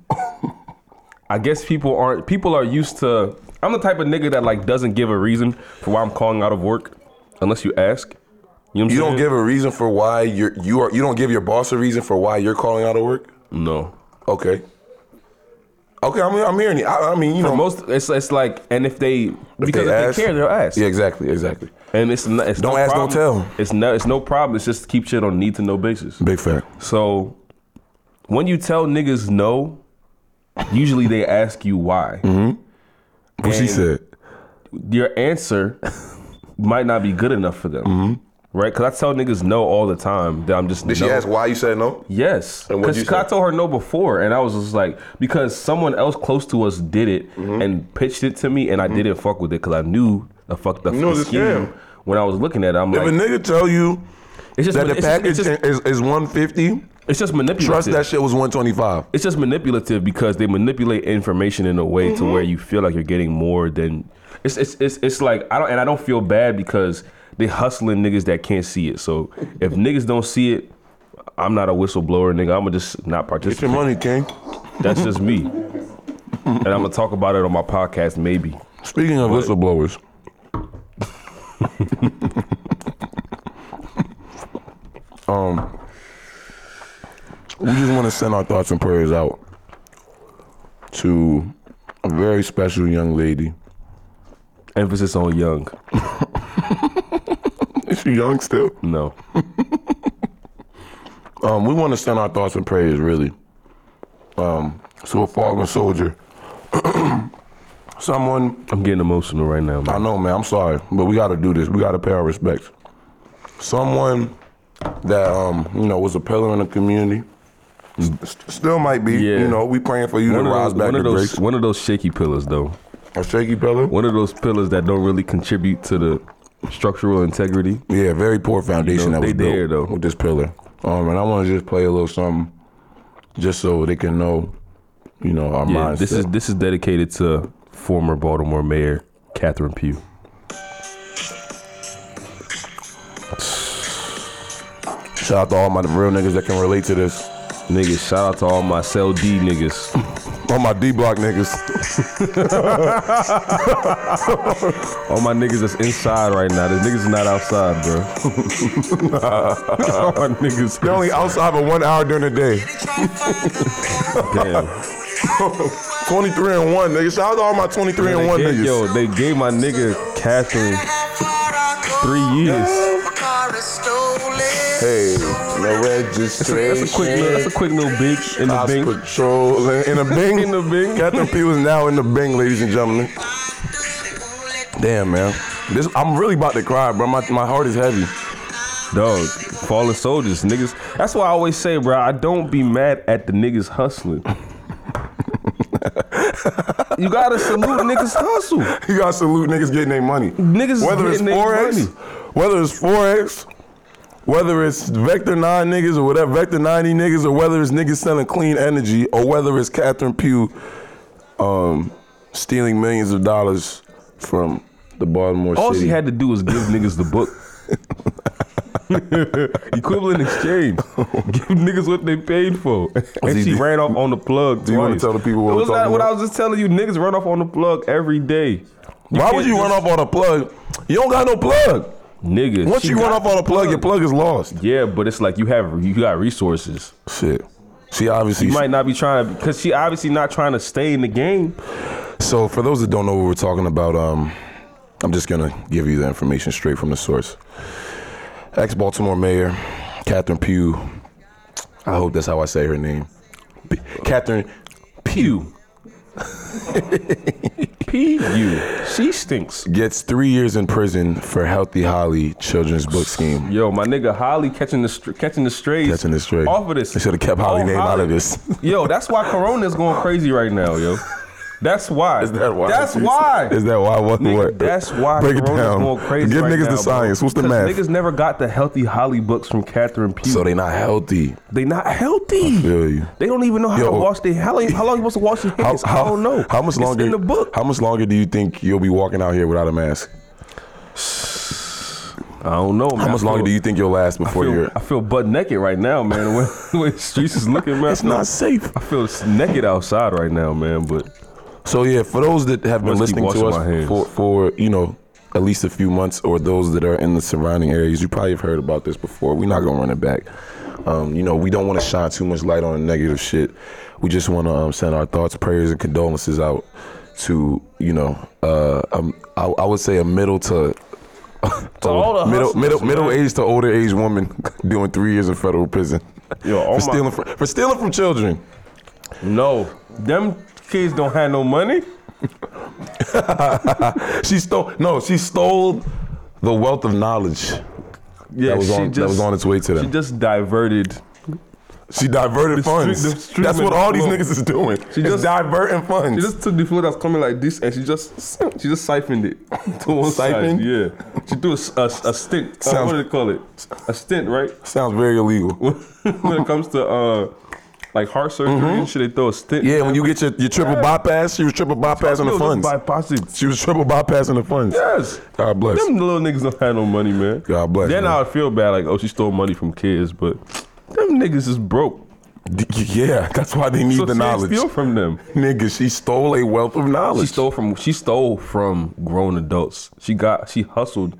Speaker 4: I guess people aren't. People are used to. I'm the type of nigga that like doesn't give a reason for why I'm calling out of work, unless you ask. You know what I'm
Speaker 3: you
Speaker 4: saying?
Speaker 3: don't give a reason for why you're you are you don't give your boss a reason for why you're calling out of work.
Speaker 4: no.
Speaker 3: Okay. Okay, I'm I'm hearing you. I, I mean, you know,
Speaker 4: For most, it's it's like, and if they
Speaker 3: if
Speaker 4: because if
Speaker 3: ask-
Speaker 4: they care, they'll ask.
Speaker 3: Yeah, exactly, exactly.
Speaker 4: And it's not, it's
Speaker 3: Don't
Speaker 4: no
Speaker 3: ask, don't
Speaker 4: problem.
Speaker 3: tell.
Speaker 4: It's no it's no problem. It's just keep shit on need to know basis.
Speaker 3: Big fact.
Speaker 4: So when you tell niggas no, usually they ask you why.
Speaker 3: Mm-hmm. What she
Speaker 4: And-
Speaker 3: said.
Speaker 4: Your answer might not be good enough for them. Right? Cuz I tell niggas no all the time that I'm just
Speaker 3: Mm-hmm. Did
Speaker 4: no.
Speaker 3: she ask why you said no?
Speaker 4: Yes,
Speaker 3: And what'd
Speaker 4: because
Speaker 3: you say?
Speaker 4: I told her no before, and I was just like, because someone else close to us did it
Speaker 3: Mm-hmm.
Speaker 4: and pitched it to me, and I didn't fuck with it because I knew the fuck the,
Speaker 3: knew it was a scam.
Speaker 4: scheme when I was looking at it. I'm
Speaker 3: If a
Speaker 4: like,
Speaker 3: nigga tell you
Speaker 4: it's just
Speaker 3: that the
Speaker 4: it's just-
Speaker 3: package
Speaker 4: it's just,
Speaker 3: is, is 150,
Speaker 4: it's just manipulative.
Speaker 3: trust that shit was 125.
Speaker 4: it's just manipulative because they manipulate information in a way
Speaker 3: Mm-hmm.
Speaker 4: to where you feel like you're getting more than it's it's it's, it's like I don't and I don't feel bad because they hustling niggas that can't see it. So if niggas don't see it, I'm not a whistleblower, nigga. I'ma just not
Speaker 3: Get (laughs) your
Speaker 4: participate.
Speaker 3: money, King.
Speaker 4: That's just me. and I'm gonna talk about it on my podcast, maybe.
Speaker 3: Speaking of whistleblowers, (laughs) um, we just want to send our thoughts and prayers out to a very special young lady.
Speaker 4: Emphasis on young.
Speaker 3: Is (laughs) she young still?
Speaker 4: No.
Speaker 3: Um, we want to send our thoughts and prayers, really, um, to a fallen soldier. (clears throat) Someone
Speaker 4: I'm getting emotional right now,
Speaker 3: I
Speaker 4: man.
Speaker 3: know, man. I'm sorry, but we got to do this. We got to pay our respects. Someone that um, you know was a pillar in the community, s- still might be.
Speaker 4: Yeah.
Speaker 3: You know, we praying for you
Speaker 4: One
Speaker 3: to
Speaker 4: of, those,
Speaker 3: rise
Speaker 4: one,
Speaker 3: back to
Speaker 4: of those,
Speaker 3: grace.
Speaker 4: one of those shaky pillars, though.
Speaker 3: A shaky pillar.
Speaker 4: One of those pillars that don't really contribute to the structural integrity.
Speaker 3: Yeah, very poor foundation
Speaker 4: You know,
Speaker 3: that was
Speaker 4: they
Speaker 3: built
Speaker 4: there, though.
Speaker 3: with this pillar. Um, and I want to just play a little something, just so they can know, you know, our
Speaker 4: Yeah,
Speaker 3: mindset.
Speaker 4: this is this is dedicated to former Baltimore Mayor Catherine Pugh.
Speaker 3: Shout out to all my real niggas that can relate to this.
Speaker 4: Niggas, shout out to all my Cell D niggas,
Speaker 3: All my D block niggas.
Speaker 4: all my niggas that's inside right now. These niggas is not outside, bro. (laughs) all my niggas,
Speaker 3: They're only outside for one hour during the day.
Speaker 4: damn.
Speaker 3: 23 and 1, nigga. Shout out to all my 23 and 1
Speaker 4: They gave-
Speaker 3: niggas.
Speaker 4: Yo, they gave my nigga Catherine three years.
Speaker 3: Hey, no
Speaker 4: That's a, that's
Speaker 3: registration.
Speaker 4: a quick, little, that's a quick little big in the
Speaker 3: Cops
Speaker 4: bank.
Speaker 3: patrol in- in a
Speaker 4: (laughs)
Speaker 3: bing.
Speaker 4: In the bing.
Speaker 3: Catherine P was now in the bing, ladies and gentlemen. Damn, man. This I'm really about to cry, bro. My, my heart is heavy. (laughs)
Speaker 4: Dog, fallen soldiers, niggas. That's why I always say, bro, I don't be mad at the niggas hustling.
Speaker 3: (laughs)
Speaker 4: you gotta salute niggas hustle.
Speaker 3: You gotta salute niggas getting their money.
Speaker 4: Niggas is
Speaker 3: whether it's
Speaker 4: getting they
Speaker 3: 4X,
Speaker 4: money.
Speaker 3: whether it's 4X, whether it's Vector 9 niggas or whatever, Vector 90 niggas, or whether it's niggas selling clean energy, or whether it's Catherine Pugh um, stealing millions of dollars from the Baltimore
Speaker 4: All
Speaker 3: city.
Speaker 4: she had to do was
Speaker 3: (laughs)
Speaker 4: give niggas the book. (laughs) Equivalent
Speaker 3: (laughs)
Speaker 4: exchange. Give niggas what they paid for. And
Speaker 3: he-
Speaker 4: she ran off on the plug.
Speaker 3: do you wanna
Speaker 4: twice.
Speaker 3: tell the people what
Speaker 4: It
Speaker 3: we're
Speaker 4: was not
Speaker 3: talking
Speaker 4: what I
Speaker 3: about?
Speaker 4: was just telling you? Niggas run off on the plug every day.
Speaker 3: Why would
Speaker 4: can't
Speaker 3: you run
Speaker 4: just-
Speaker 3: off on a plug? You don't got no plug.
Speaker 4: Niggas.
Speaker 3: Once
Speaker 4: She
Speaker 3: you run
Speaker 4: got-
Speaker 3: off on a plug, your plug is lost.
Speaker 4: Yeah, but it's like you have you got resources.
Speaker 3: Shit. She obviously.
Speaker 4: You might not be trying to because she obviously not trying to stay in the game.
Speaker 3: So for those that don't know what we're talking about, um, I'm just gonna give you the information straight from the source. Ex-Baltimore Mayor Catherine Pugh. I hope that's how I say her name. P- Catherine (laughs) Pugh
Speaker 4: P you. She stinks.
Speaker 3: gets three years in prison for Healthy Holly children's book scheme.
Speaker 4: Yo, my nigga Holly catching the str- catching the strays.
Speaker 3: Catching this straight.
Speaker 4: Off of this.
Speaker 3: They should have kept Holly
Speaker 4: Oh,
Speaker 3: name out
Speaker 4: Holly.
Speaker 3: of this. (laughs)
Speaker 4: Yo, that's why Corona's going crazy right now, yo. That's why.
Speaker 3: (laughs) Is that why?
Speaker 4: That's why.
Speaker 3: (laughs) Is that why? What?
Speaker 4: Nigga,
Speaker 3: what?
Speaker 4: That's why
Speaker 3: Break it
Speaker 4: Corona's
Speaker 3: down.
Speaker 4: going crazy
Speaker 3: Give
Speaker 4: right
Speaker 3: niggas
Speaker 4: now,
Speaker 3: the
Speaker 4: bro.
Speaker 3: science. What's the
Speaker 4: 'Cause
Speaker 3: math?
Speaker 4: Niggas never got the healthy Holly books from Catherine Pugh.
Speaker 3: so they not healthy.
Speaker 4: they not healthy.
Speaker 3: Feel you.
Speaker 4: They don't even know how
Speaker 3: Yo.
Speaker 4: to wash their how, long- how long you supposed to wash your hands? I don't know.
Speaker 3: How much longer?
Speaker 4: It's in the book?
Speaker 3: How much longer do you think you'll be walking out here without a mask?
Speaker 4: I don't know. Man.
Speaker 3: How much longer do you think you'll last before
Speaker 4: feel,
Speaker 3: you're?
Speaker 4: I feel butt naked right now, man. (laughs) The way, the way the streets is looking, man.
Speaker 3: It's not safe.
Speaker 4: I feel naked outside right now, man. But
Speaker 3: So yeah, for those that have been
Speaker 4: Must keep
Speaker 3: listening to
Speaker 4: washing my
Speaker 3: us
Speaker 4: hands.
Speaker 3: for, for you know at least a few months, or those that are in the surrounding areas, you probably have heard about this before. We're not gonna run it back. Um, you know, we don't want to shine too much light on the negative shit. We just want to um, send our thoughts, prayers, and condolences out to you know, uh, um, I, I would say a middle to.
Speaker 4: To all the
Speaker 3: middle,
Speaker 4: hustlers,
Speaker 3: middle,
Speaker 4: man.
Speaker 3: middle aged to older age woman (laughs) doing three years in federal prison
Speaker 4: Yo, oh
Speaker 3: for
Speaker 4: my-
Speaker 3: stealing from, for stealing from children.
Speaker 4: no, them kids don't have no money.
Speaker 3: She stole. No, she stole the wealth of knowledge
Speaker 4: Yeah,
Speaker 3: that was
Speaker 4: she
Speaker 3: on that was on its way
Speaker 4: She
Speaker 3: to them.
Speaker 4: just diverted.
Speaker 3: She, diverted
Speaker 4: street-
Speaker 3: funds.
Speaker 4: the street
Speaker 3: That's what
Speaker 4: went
Speaker 3: all these
Speaker 4: low.
Speaker 3: niggas is doing. She
Speaker 4: just-
Speaker 3: just diverting funds.
Speaker 4: She just took the flow that's coming like this, and she just she just siphoned it (laughs) to one
Speaker 3: Siphon?
Speaker 4: side. Yeah, she threw a, s- a- a stint. Uh,
Speaker 3: Sounds-
Speaker 4: what do they call it? A stint, right?
Speaker 3: Sounds very
Speaker 4: (laughs)
Speaker 3: illegal.
Speaker 4: when it comes to uh, like heart surgery and shit, they throw a stint.
Speaker 3: Mm-hmm. Yeah, when you get your, your triple bypass, she was triple bypassing the
Speaker 4: Yo,
Speaker 3: funds.
Speaker 4: just bypass it.
Speaker 3: She was triple bypassing the funds.
Speaker 4: Yes.
Speaker 3: God bless.
Speaker 4: Them little niggas don't have no money, man.
Speaker 3: God bless,
Speaker 4: Then
Speaker 3: man.
Speaker 4: I would feel bad, like, oh, she stole money from kids, but them niggas is broke.
Speaker 3: D- Yeah, that's why they need
Speaker 4: So
Speaker 3: the
Speaker 4: she ain't
Speaker 3: knowledge.
Speaker 4: Steal from them.
Speaker 3: Nigga, she stole a wealth of knowledge.
Speaker 4: She stole from she stole from grown adults. She got she hustled.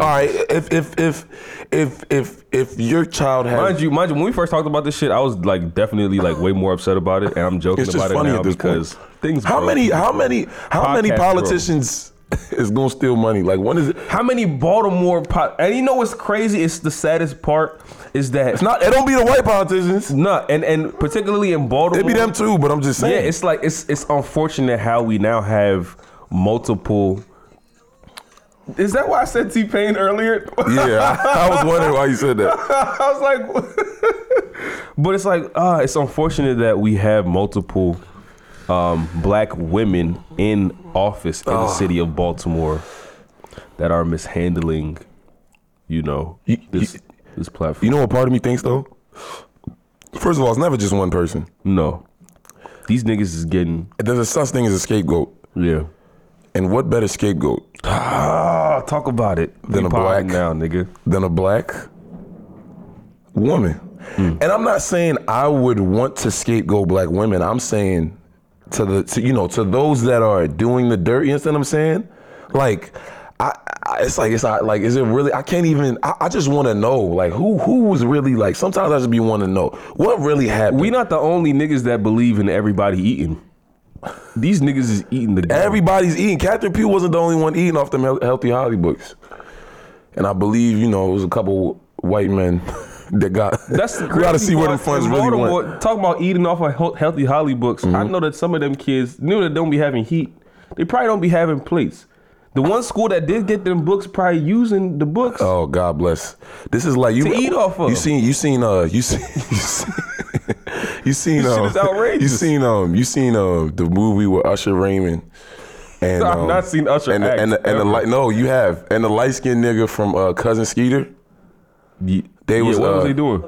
Speaker 3: All right, if if if if if if your child has
Speaker 4: Mind you, mind you, when we first talked about this shit, I was like definitely like way more upset about it, and I'm joking
Speaker 3: It's just
Speaker 4: about it
Speaker 3: funny
Speaker 4: now
Speaker 3: at this point.
Speaker 4: because things.
Speaker 3: How
Speaker 4: broke.
Speaker 3: many? How many? How many
Speaker 4: Podcast
Speaker 3: politicians (laughs) is gonna steal money? Like, when is it?
Speaker 4: How many Baltimore pot? And you know what's crazy? It's the saddest part is that
Speaker 3: It's not. It don't be the white politicians.
Speaker 4: nah, and and particularly in Baltimore,
Speaker 3: It be them too. But I'm just saying.
Speaker 4: Yeah, it's like it's it's unfortunate how we now have multiple. Is that why I said T Pain earlier?
Speaker 3: (laughs)
Speaker 4: (laughs)
Speaker 3: yeah. I, I was wondering why you said that.
Speaker 4: I was like, but it's like (laughs) uh, it's unfortunate that we have multiple um, black women in office in the city of Baltimore that are mishandling, (laughs) you know,
Speaker 3: You-
Speaker 4: this
Speaker 3: you-
Speaker 4: this platform.
Speaker 3: You know what part of me thinks though. First of all, it's never just one person.
Speaker 4: no, these niggas is getting
Speaker 3: There's a such thing as a scapegoat,
Speaker 4: yeah.
Speaker 3: and what better scapegoat
Speaker 4: Ah, talk about it.
Speaker 3: Then
Speaker 4: We
Speaker 3: a
Speaker 4: popping
Speaker 3: black-
Speaker 4: now, nigga.
Speaker 3: than a black woman? And I'm not saying I would want to scapegoat black women. I'm saying to the to, you know to those that are doing the dirt. You understand what I'm saying? Like, I, I it's like it's not like is it really? I can't even. I, I just want to know like who who was really like. Sometimes I just be want to know what really happened.
Speaker 4: We not the only niggas that believe in everybody eating. These niggas is eating the ground.
Speaker 3: Everybody's eating. Catherine Pugh wasn't the only one eating off them hel- healthy Holly books, and I believe you know it was a couple white men (laughs) that got.
Speaker 4: That's the
Speaker 3: (laughs) we got to
Speaker 4: crazy
Speaker 3: see where
Speaker 4: part.
Speaker 3: them funds
Speaker 4: In
Speaker 3: really
Speaker 4: Baltimore,
Speaker 3: went. Mm-hmm.
Speaker 4: Talk about eating off of hel- healthy Holly books. I know that some of them kids knew that don't be having heat. They probably don't be having plates. The one school that did get them books probably using the books.
Speaker 3: Oh God bless. This is like you
Speaker 4: To eat off of.
Speaker 3: You seen you seen uh you seen (laughs) you seen you seen
Speaker 4: This shit
Speaker 3: um,
Speaker 4: is outrageous.
Speaker 3: you seen um you seen um the movie with Usher Raymond
Speaker 4: (laughs) (laughs)
Speaker 3: and
Speaker 4: I've
Speaker 3: um,
Speaker 4: not seen Usher
Speaker 3: and
Speaker 4: act
Speaker 3: the, and the, and the
Speaker 4: ever.
Speaker 3: light no you have and the light skinned nigga from uh, cousin Skeeter
Speaker 4: Ye-
Speaker 3: They
Speaker 4: Yeah,
Speaker 3: was,
Speaker 4: what
Speaker 3: uh,
Speaker 4: was he doing?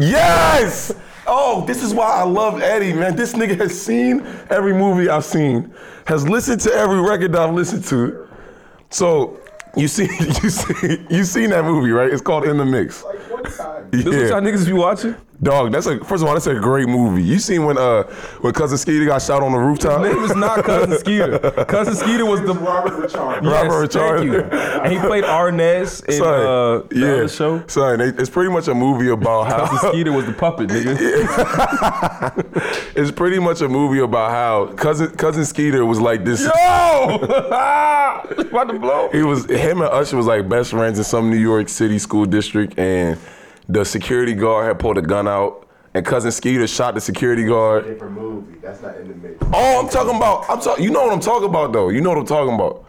Speaker 3: Yes! Oh, this is why I love Eddie, man. This nigga has seen every movie I've seen, has listened to every record I've listened to. So you see, (laughs) you see, you seen that movie, right? It's called In the Mix.
Speaker 4: This is
Speaker 3: Yeah.
Speaker 4: what y'all niggas be watching?
Speaker 3: Dog, that's a first of all, that's a great movie. You seen when uh when cousin Skeeter got shot on the rooftop?
Speaker 4: Name is not (laughs) Cousin Skeeter. Cousin Skeeter was the Robert Richard.
Speaker 3: (laughs) Robert
Speaker 4: Thank you.
Speaker 3: Richard. (laughs)
Speaker 4: And he played Arnaz in
Speaker 3: Son,
Speaker 4: uh, the
Speaker 3: yeah.
Speaker 4: other show.
Speaker 3: Son, they- it's pretty much a movie about
Speaker 4: Cousin (laughs)
Speaker 3: how
Speaker 4: Skeeter was the puppet, (laughs) nigga.
Speaker 3: (laughs) it's pretty much a movie about how cousin cousin Skeeter was like this.
Speaker 4: (laughs) Yo! about to blow.
Speaker 3: He was him and Usher was like best friends in some New York City school district, and the security guard had pulled a gun out, and cousin Skeeter shot the security guard.
Speaker 6: Different movie. That's not in the mix.
Speaker 3: Oh, I'm talking about. I'm talking. You know what I'm talking about though. You know what I'm talking about.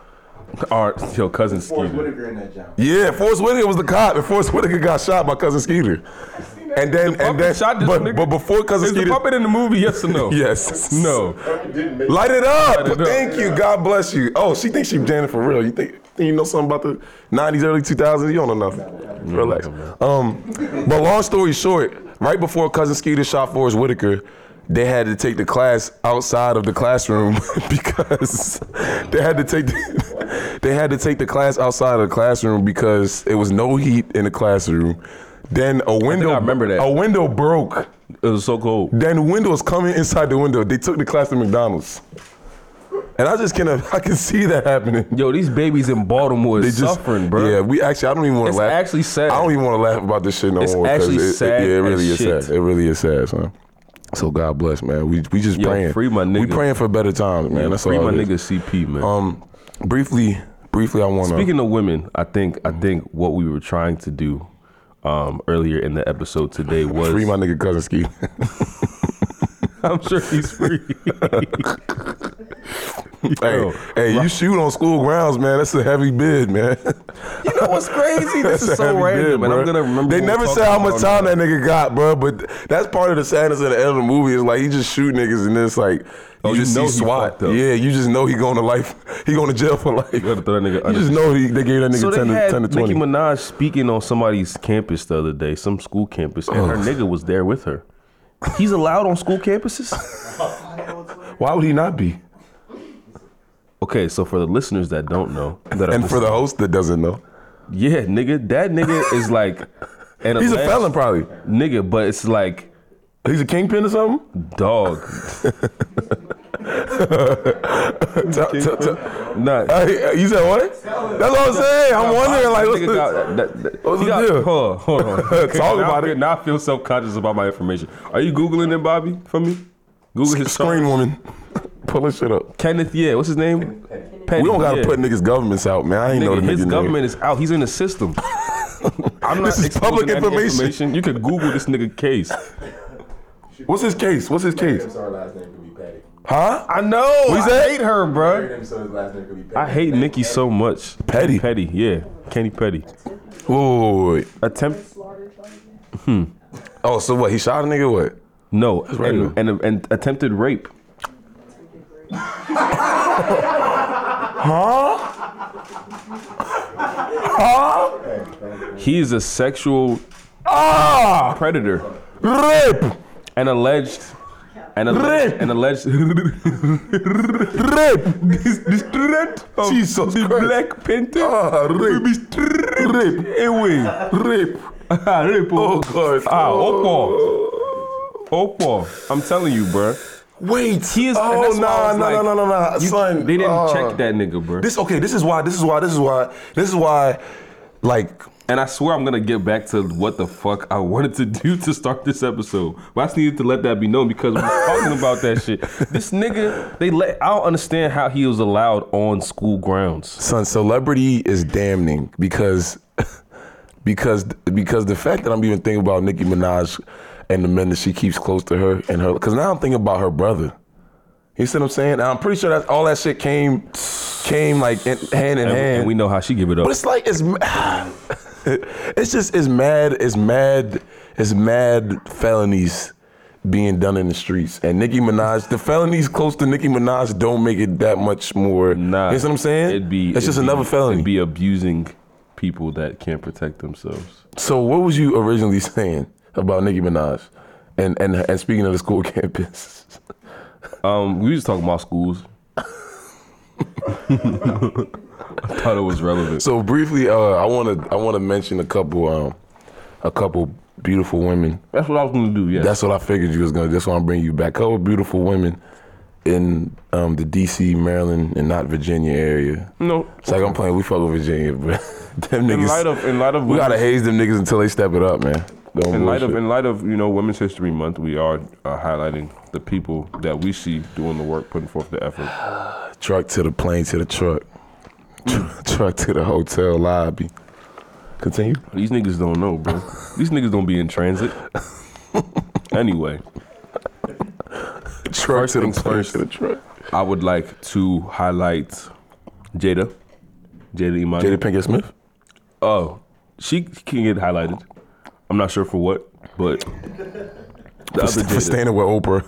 Speaker 4: Art, yo, Cousin
Speaker 6: Forrest
Speaker 4: Skeeter.
Speaker 6: Whitaker in that job.
Speaker 3: Yeah, Forrest Whitaker was the cop, and Forrest Whitaker got shot by cousin Skeeter. And then and
Speaker 4: puppet
Speaker 3: then,
Speaker 4: shot this
Speaker 3: but,
Speaker 4: nigga.
Speaker 3: but before cousin
Speaker 4: Is the
Speaker 3: Skeeter,
Speaker 4: puppet in the movie, yes or (laughs) no?
Speaker 3: yes,
Speaker 4: No.
Speaker 3: Light it up.
Speaker 4: Light it up.
Speaker 3: Thank you. God bless you. Oh, she thinks she Janet for real. You think, think you know something about the 90s, early 2000s? You don't know nothing. Relax. Um, but long story short, right before Cousin Skeeter shot Forrest Whitaker, they had to take the class outside of the classroom (laughs) because they had to take the, (laughs) they had to take the class outside of the classroom because it was no heat in the classroom. Then a window
Speaker 4: remember that.
Speaker 3: a window broke.
Speaker 4: It was so cold.
Speaker 3: Then the window was coming inside the window. They took the class to McDonald's. And I just can (laughs) I can see that happening.
Speaker 4: Yo, these babies in Baltimore
Speaker 3: They
Speaker 4: is
Speaker 3: just
Speaker 4: suffering, bro.
Speaker 3: Yeah, we actually I don't even want
Speaker 4: It's
Speaker 3: to laugh.
Speaker 4: actually sad.
Speaker 3: I don't even want to laugh about this shit no
Speaker 4: It's
Speaker 3: more. 'cause
Speaker 4: actually
Speaker 3: it, it-
Speaker 4: sad
Speaker 3: yeah, it
Speaker 4: as
Speaker 3: really
Speaker 4: shit.
Speaker 3: is sad. It really is sad, son. So God bless, man. We we just
Speaker 4: Yo,
Speaker 3: praying.
Speaker 4: free my
Speaker 3: We
Speaker 4: nigga.
Speaker 3: praying for better times, man. That's
Speaker 4: Free
Speaker 3: all.
Speaker 4: my
Speaker 3: it
Speaker 4: nigga
Speaker 3: is.
Speaker 4: CP, man.
Speaker 3: Um, briefly, briefly, I want to.
Speaker 4: Speaking of women, I think I think what we were trying to do um, earlier in the episode (laughs) today was
Speaker 3: Free my nigga cousin Ski. (laughs)
Speaker 4: I'm sure he's (laughs) free.
Speaker 3: hey, hey, you shoot on school grounds, man. That's a heavy bid, man. (laughs)
Speaker 4: You know what's crazy? This
Speaker 3: That's
Speaker 4: is
Speaker 3: a
Speaker 4: so
Speaker 3: heavy
Speaker 4: random,
Speaker 3: bid,
Speaker 4: and I'm
Speaker 3: bruh.
Speaker 4: gonna remember.
Speaker 3: They
Speaker 4: what
Speaker 3: never
Speaker 4: we're
Speaker 3: said how
Speaker 4: talking
Speaker 3: much
Speaker 4: about
Speaker 3: time that nigga got, bro. But that's part of the sadness of the end of the movie. Is like he just shoot niggas and it's like
Speaker 4: Oh, you
Speaker 3: just
Speaker 4: know he
Speaker 3: see SWAT.
Speaker 4: fucked up.
Speaker 3: Yeah, you just know he going to life. (laughs) He going to jail for life. You,
Speaker 4: gotta throw that nigga under.
Speaker 3: just know he, they gave that nigga
Speaker 4: So they
Speaker 3: 10, to,
Speaker 4: had
Speaker 3: 10 to
Speaker 4: Nicki
Speaker 3: 20.
Speaker 4: Minaj speaking on somebody's campus the other day, some school campus, and her nigga was there with her. He's allowed on school campuses.
Speaker 3: (laughs) Why would he not be?
Speaker 4: Okay, so for the listeners that don't know, that are
Speaker 3: And for the host that doesn't know,
Speaker 4: yeah, nigga, that nigga is like, an
Speaker 3: he's a
Speaker 4: alleged
Speaker 3: felon probably.
Speaker 4: nigga, but it's like
Speaker 3: He's a kingpin or something.
Speaker 4: dog.
Speaker 3: Tell- tell- tell-
Speaker 4: Nah,
Speaker 3: Hey, you said what? That's what I'm saying. I'm wondering like what's
Speaker 4: Nigga
Speaker 3: the,
Speaker 4: got- that- that-
Speaker 3: what's
Speaker 4: he
Speaker 3: the
Speaker 4: got-
Speaker 3: deal?
Speaker 4: Hold on, hold on.
Speaker 3: (laughs) Talk
Speaker 4: now I
Speaker 3: about it.
Speaker 4: feel- Now I feel self conscious about my information. Are you googling it, Bobby, for me? Google his
Speaker 3: screen
Speaker 4: song.
Speaker 3: woman. (laughs) Pulling shit up.
Speaker 4: Kenneth, yeah, what's his name? Petty,
Speaker 3: We don't gotta
Speaker 4: yeah.
Speaker 3: put niggas' governments out, man. I ain't know the
Speaker 4: Nigga,
Speaker 3: nigga
Speaker 4: his
Speaker 3: name.
Speaker 4: government is out. He's in the
Speaker 3: (laughs)
Speaker 4: system. I'm not
Speaker 3: This is
Speaker 4: exposing
Speaker 3: public
Speaker 4: any
Speaker 3: information.
Speaker 4: You can Google this nigga case.
Speaker 3: What's his case? What's his case?
Speaker 6: His last name could be Patty.
Speaker 3: Huh?
Speaker 4: I know.
Speaker 3: What's
Speaker 4: I
Speaker 3: that?
Speaker 4: hate her, bro.
Speaker 6: Him, so his last name could be Patty.
Speaker 4: I hate Nikki so much.
Speaker 3: Petty.
Speaker 4: Petty, yeah. Kenny Petty.
Speaker 3: Whoa, wait, wait.
Speaker 4: Attempt.
Speaker 3: Oh, so what? He shot a nigga? What?
Speaker 4: No,
Speaker 3: random.
Speaker 4: and, and, and attempted rape. huh? Huh? He is a sexual
Speaker 3: Ah!
Speaker 4: predator.
Speaker 3: Rape!
Speaker 4: An alleged. An alleged.
Speaker 3: Rape.
Speaker 4: An alleged
Speaker 3: Rape!
Speaker 4: this threat of
Speaker 3: Jesus
Speaker 4: the
Speaker 3: Christ.
Speaker 4: Black Panther
Speaker 3: Ah,
Speaker 4: will be
Speaker 3: rape! Rape!
Speaker 4: away.
Speaker 3: Rape!
Speaker 4: rape.
Speaker 3: Oh, God.
Speaker 4: Ah, Opo. Opo. I'm telling you, bruh.
Speaker 3: Wait!
Speaker 4: He is. and
Speaker 3: oh,
Speaker 4: that's why I
Speaker 3: nah,
Speaker 4: was
Speaker 3: nah,
Speaker 4: like,
Speaker 3: nah, nah, nah, nah.
Speaker 4: you-
Speaker 3: Son.
Speaker 4: They didn't
Speaker 3: ah.
Speaker 4: check that nigga, bruh.
Speaker 3: This, okay, this is why, this is why, this is why, this is why, like,
Speaker 4: And I swear I'm gonna get back to what the fuck I wanted to do to start this episode. But I just needed to let that be known because we're talking about that shit. This nigga, they let I don't understand how he was allowed on school grounds.
Speaker 3: son, celebrity is damning because, (laughs) because, because the fact that I'm even thinking about Nicki Minaj and the men that she keeps close to her and her, because now I'm thinking about her brother. You see what I'm saying? And I'm pretty sure that all that shit came, came like in, hand in
Speaker 4: And,
Speaker 3: hand.
Speaker 4: and we know how she give it up.
Speaker 3: But it's like it's (sighs) it's just it's mad it's mad it's mad felonies being done in the streets. And Nicki Minaj, the felonies close to Nicki Minaj don't make it that much more.
Speaker 4: Nah,
Speaker 3: you know what I'm saying?
Speaker 4: It'd be
Speaker 3: it's
Speaker 4: it'd
Speaker 3: just
Speaker 4: be-
Speaker 3: another felony.
Speaker 4: It'd be abusing people that can't protect themselves.
Speaker 3: So what was you originally (laughs) saying about Nicki Minaj, and and and speaking of the school (laughs) campus?
Speaker 4: Um, we was talking about schools. (laughs) I thought it was relevant.
Speaker 3: So briefly, uh, I want to I want to mention a couple um, a couple beautiful women.
Speaker 4: That's what I was gonna do. Yeah,
Speaker 3: That's what I figured you was gonna. That's why I'm bringing you back. Couple beautiful women in um, the D.C., Maryland, and not Virginia area.
Speaker 4: no.
Speaker 3: It's like I'm playing. We fuck with Virginia, but (laughs) them
Speaker 4: In light
Speaker 3: niggas.
Speaker 4: of in light of
Speaker 3: We gotta haze them niggas until they step it up, man. Don't
Speaker 4: in light of
Speaker 3: bullshit.
Speaker 4: in light of you know Women's History Month, we are uh, highlighting the people that we see doing the work, putting forth the effort.
Speaker 3: Truck to the plane to the truck.
Speaker 4: Hmm.
Speaker 3: (laughs) truck to the hotel lobby. Continue.
Speaker 4: These niggas don't know, bro. These niggas don't be in
Speaker 3: (laughs)
Speaker 4: transit. anyway,
Speaker 3: Truck
Speaker 4: First
Speaker 3: to the
Speaker 4: things
Speaker 3: plane
Speaker 4: first.
Speaker 3: to the truck.
Speaker 4: I would like to highlight Jada, Jada Imani.
Speaker 3: Jada Pinkett Smith.
Speaker 4: Oh, she can get highlighted. I'm not sure for what, but the other
Speaker 3: (laughs) For
Speaker 4: Jada.
Speaker 3: standing with Oprah.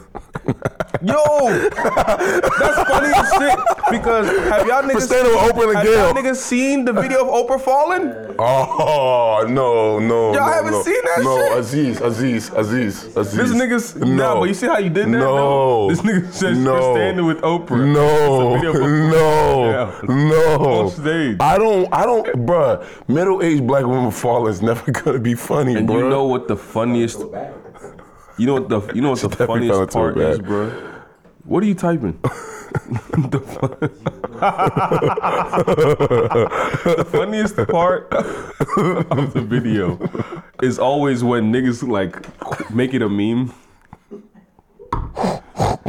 Speaker 4: Yo, that's funny as shit. Because have y'all
Speaker 3: For
Speaker 4: niggas
Speaker 3: standing with Oprah and
Speaker 4: have y'all
Speaker 3: Gail.
Speaker 4: niggas seen the video of Oprah falling?
Speaker 3: Oh no,
Speaker 4: Y'all
Speaker 3: no. no,
Speaker 4: haven't
Speaker 3: no.
Speaker 4: seen that
Speaker 3: no,
Speaker 4: shit?
Speaker 3: Aziz, Aziz, Aziz, Aziz.
Speaker 4: This nigga's no. Nah, but you see how you did that? though?
Speaker 3: No.
Speaker 4: This nigga says
Speaker 3: No.
Speaker 4: no. standing with Oprah.
Speaker 3: No,
Speaker 4: It's a video of-
Speaker 3: no,
Speaker 4: Yeah.
Speaker 3: no.
Speaker 4: On stage.
Speaker 3: I don't, I don't, bruh. Middle aged black woman falling is never (laughs) gonna be funny,
Speaker 4: And
Speaker 3: bro.
Speaker 4: you know
Speaker 3: (laughs)
Speaker 4: what the funniest? You know what the you know what the
Speaker 3: definitely fell
Speaker 4: funniest
Speaker 3: into her
Speaker 4: part is,
Speaker 3: bag.
Speaker 4: bro? What are you typing? the, fu- The funniest part of the video is always when niggas like make it a meme.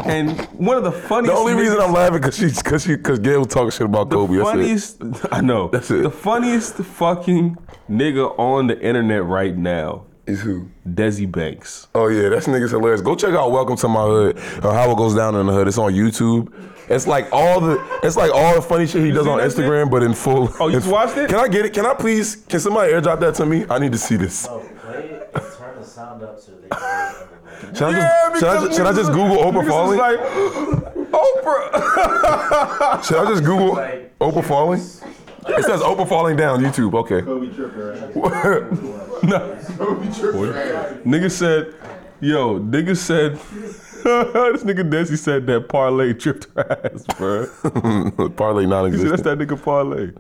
Speaker 4: And one of the
Speaker 3: the
Speaker 4: funniest.
Speaker 3: only
Speaker 4: niggas-
Speaker 3: reason I'm laughing because she's because she because Gail talk shit about
Speaker 4: the
Speaker 3: Kobe. That's it.
Speaker 4: funniest I know.
Speaker 3: That's it.
Speaker 4: The funniest fucking nigga on the internet right now,
Speaker 3: Is who?
Speaker 4: Desi Banks.
Speaker 3: Oh yeah, that's nigga's hilarious. Go check out Welcome to My Hood or How It Goes Down in the Hood. It's on YouTube. It's like all the it's like all the funny shit he does
Speaker 4: seen
Speaker 3: on
Speaker 4: that shit?
Speaker 3: Instagram, but in full.
Speaker 4: Oh, you
Speaker 3: in-
Speaker 4: watched it?
Speaker 3: Can I get it? Can I please? Can somebody airdrop that to me? I need to see this.
Speaker 7: Oh, play it and turn the sound up so they can hear it.
Speaker 3: Should I just should I, ju- should I just Google Oprah falling?
Speaker 4: Like, Oprah.
Speaker 3: (laughs) should I just Google Oprah falling? It says Oprah falling down YouTube. Okay.
Speaker 6: Kobe tripping, right?
Speaker 3: (laughs)
Speaker 4: nigga said, yo, nigga
Speaker 3: (laughs)
Speaker 4: said, this nigga Desi said that parlay tripped her ass, bro. (laughs)
Speaker 3: (laughs) Parlay
Speaker 4: He said, that's
Speaker 3: non-existent.
Speaker 4: that nigga parlay.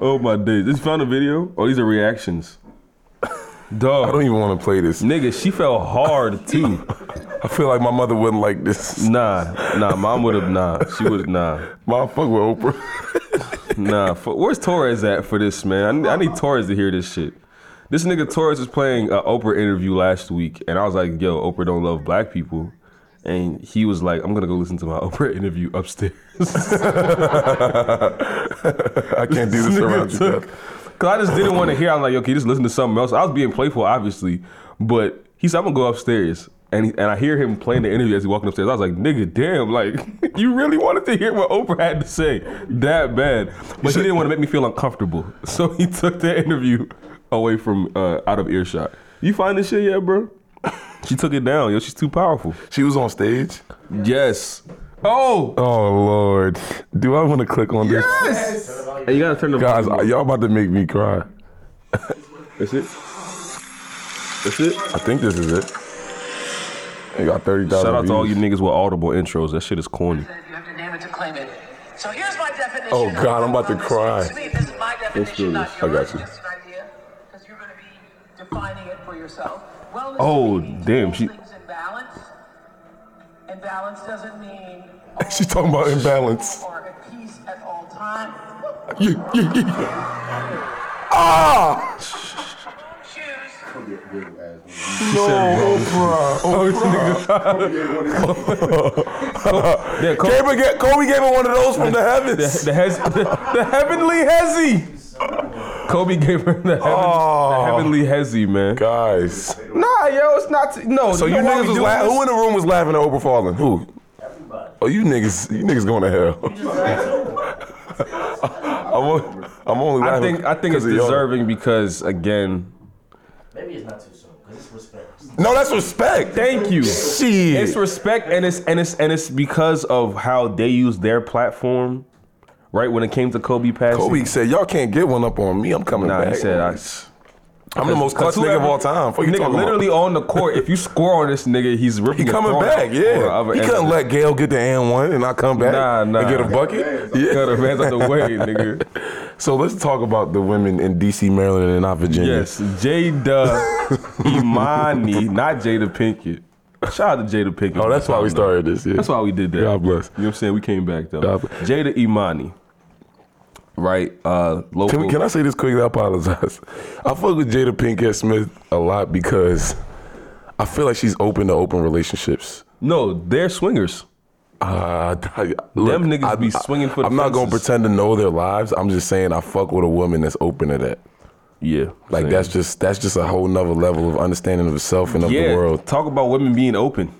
Speaker 4: Oh my days. This found a video? Oh, these are reactions. Dog.
Speaker 3: I don't even want to play this.
Speaker 4: Nigga, she fell hard too.
Speaker 3: I feel like my mother wouldn't like (laughs) this.
Speaker 4: Nah, nah, mom would have nah. She would nah,
Speaker 3: Mom, fuck with Oprah.
Speaker 4: nah. For, where's Torres at for this man? I, I need Torres to hear this shit. This nigga Torres was playing an Oprah interview last week, and I was like, "Yo, Oprah don't love black people," and he was like, "I'm gonna go listen to my (laughs) Oprah interview upstairs."
Speaker 3: I can't do this
Speaker 4: Nigga
Speaker 3: around you.
Speaker 4: took-
Speaker 3: Beth.
Speaker 4: Cause I just didn't want to hear. I'm like, okay, just listen to something else. I was being playful, obviously, but he said, I'm gonna go upstairs. And, he, and I hear him playing the interview as he walking upstairs. I was like, nigga, damn, like, (laughs) you really wanted to hear what Oprah had to say that bad. But he didn't want to make me feel uncomfortable. (laughs) So he took that interview away from, uh, out of earshot. You find this shit yet, bro? She took it down. Yo, she's too powerful.
Speaker 3: She was on stage.
Speaker 4: Yes. Oh!
Speaker 3: Oh Lord, do I want to click on this?
Speaker 4: Hey, you gotta turn the
Speaker 3: Guys, y'all about to make me (laughs) cry.
Speaker 4: That's it. That's it.
Speaker 3: I think this is it. It got thirty thousand.
Speaker 4: Shout out to all you niggas with audible intros. That shit is corny.
Speaker 8: that you have to name it to claim it. So here's my definition.
Speaker 3: Oh, God, I'm about to
Speaker 8: of
Speaker 3: cry.
Speaker 8: sleep. This is my
Speaker 4: do
Speaker 8: definition, not
Speaker 4: this.
Speaker 3: I
Speaker 8: yours.
Speaker 3: got you.
Speaker 8: Just an idea, 'cause you're gonna be defining it for yourself. Wellness
Speaker 4: Oh,
Speaker 8: means
Speaker 4: damn,
Speaker 8: all
Speaker 4: she-
Speaker 8: Things in balance. And balance doesn't mean.
Speaker 3: (laughs) She's talking about imbalance. (laughs)
Speaker 8: Or at peace at all time.
Speaker 3: Yeah, yeah, yeah, yeah. Ah!
Speaker 8: Choose.
Speaker 3: No, Oprah.
Speaker 4: Yeah, Kobe,
Speaker 3: Kobe, get, Kobe gave her one of those from the heavens.
Speaker 4: the, hez, (laughs) the, the heavenly hezzy. Kobe gave her the, heaven,
Speaker 3: Oh.
Speaker 4: the heavenly hezzy, man.
Speaker 3: Guys.
Speaker 4: Nah, yo, it's not. T- no.
Speaker 3: So you
Speaker 4: know why
Speaker 3: niggas
Speaker 4: we
Speaker 3: was
Speaker 4: doing
Speaker 3: laughing.
Speaker 4: this?
Speaker 3: Who in the room was laughing at Oprah falling? Who? Oh, you niggas, you niggas going to hell. (laughs) I'm only, I'm only
Speaker 4: I
Speaker 3: laughing
Speaker 4: think I think it's
Speaker 3: 'cause of y'all.
Speaker 4: deserving because again,
Speaker 7: Maybe it's not too soon because it's respect.
Speaker 3: No, that's respect.
Speaker 4: thank you.
Speaker 3: Shit.
Speaker 4: It's respect and it's and it's and it's because of how they use their platform Right when it came to Kobe passing,
Speaker 3: Kobe said, "Y'all can't get one up on me. I'm coming
Speaker 4: Nah,
Speaker 3: back."
Speaker 4: he said, I,
Speaker 3: am the most clutch
Speaker 4: Cause
Speaker 3: nigga of
Speaker 4: whoever-
Speaker 3: all time." Fuck you
Speaker 4: Nigga,
Speaker 3: talking
Speaker 4: literally on the court. If you score on this nigga, he's ripping.
Speaker 3: about? He
Speaker 4: it
Speaker 3: coming
Speaker 4: from-
Speaker 3: back,
Speaker 4: from the
Speaker 3: yeah.
Speaker 4: other
Speaker 3: He
Speaker 4: end
Speaker 3: couldn't
Speaker 4: of
Speaker 3: let Gail get the and one and I come back
Speaker 4: Nah, nah.
Speaker 3: and get a
Speaker 4: (laughs)
Speaker 3: bucket.
Speaker 4: the-
Speaker 3: Yeah.
Speaker 4: Got her hands out the
Speaker 3: (laughs)
Speaker 4: way, nigga.
Speaker 3: So let's talk about the women in D.C., Maryland, and not Virginia.
Speaker 4: Yes, Jada Imani, not Jada Pinkett. Shout out to Jada Pinkett.
Speaker 3: Oh, that's why we started this. Yeah.
Speaker 4: That's why we did that.
Speaker 3: God bless.
Speaker 4: You know what I'm saying? We came back though.
Speaker 3: God bless.
Speaker 4: Jada Imani, right? Uh, local.
Speaker 3: Can, we, can I say this quickly? I apologize. I fuck with Jada Pinkett Smith a lot because I feel like she's open to open relationships.
Speaker 4: no, they're swingers.
Speaker 3: Uh, I- look,
Speaker 4: Them niggas be swinging for the
Speaker 3: I'm not gonna
Speaker 4: fences.
Speaker 3: pretend to know their lives. I'm just saying I fuck with a woman that's open to that.
Speaker 4: Yeah,
Speaker 3: Like
Speaker 4: same.
Speaker 3: that's just that's just a whole nother level of understanding of self and of
Speaker 4: yeah.
Speaker 3: the world.
Speaker 4: Talk about women being open.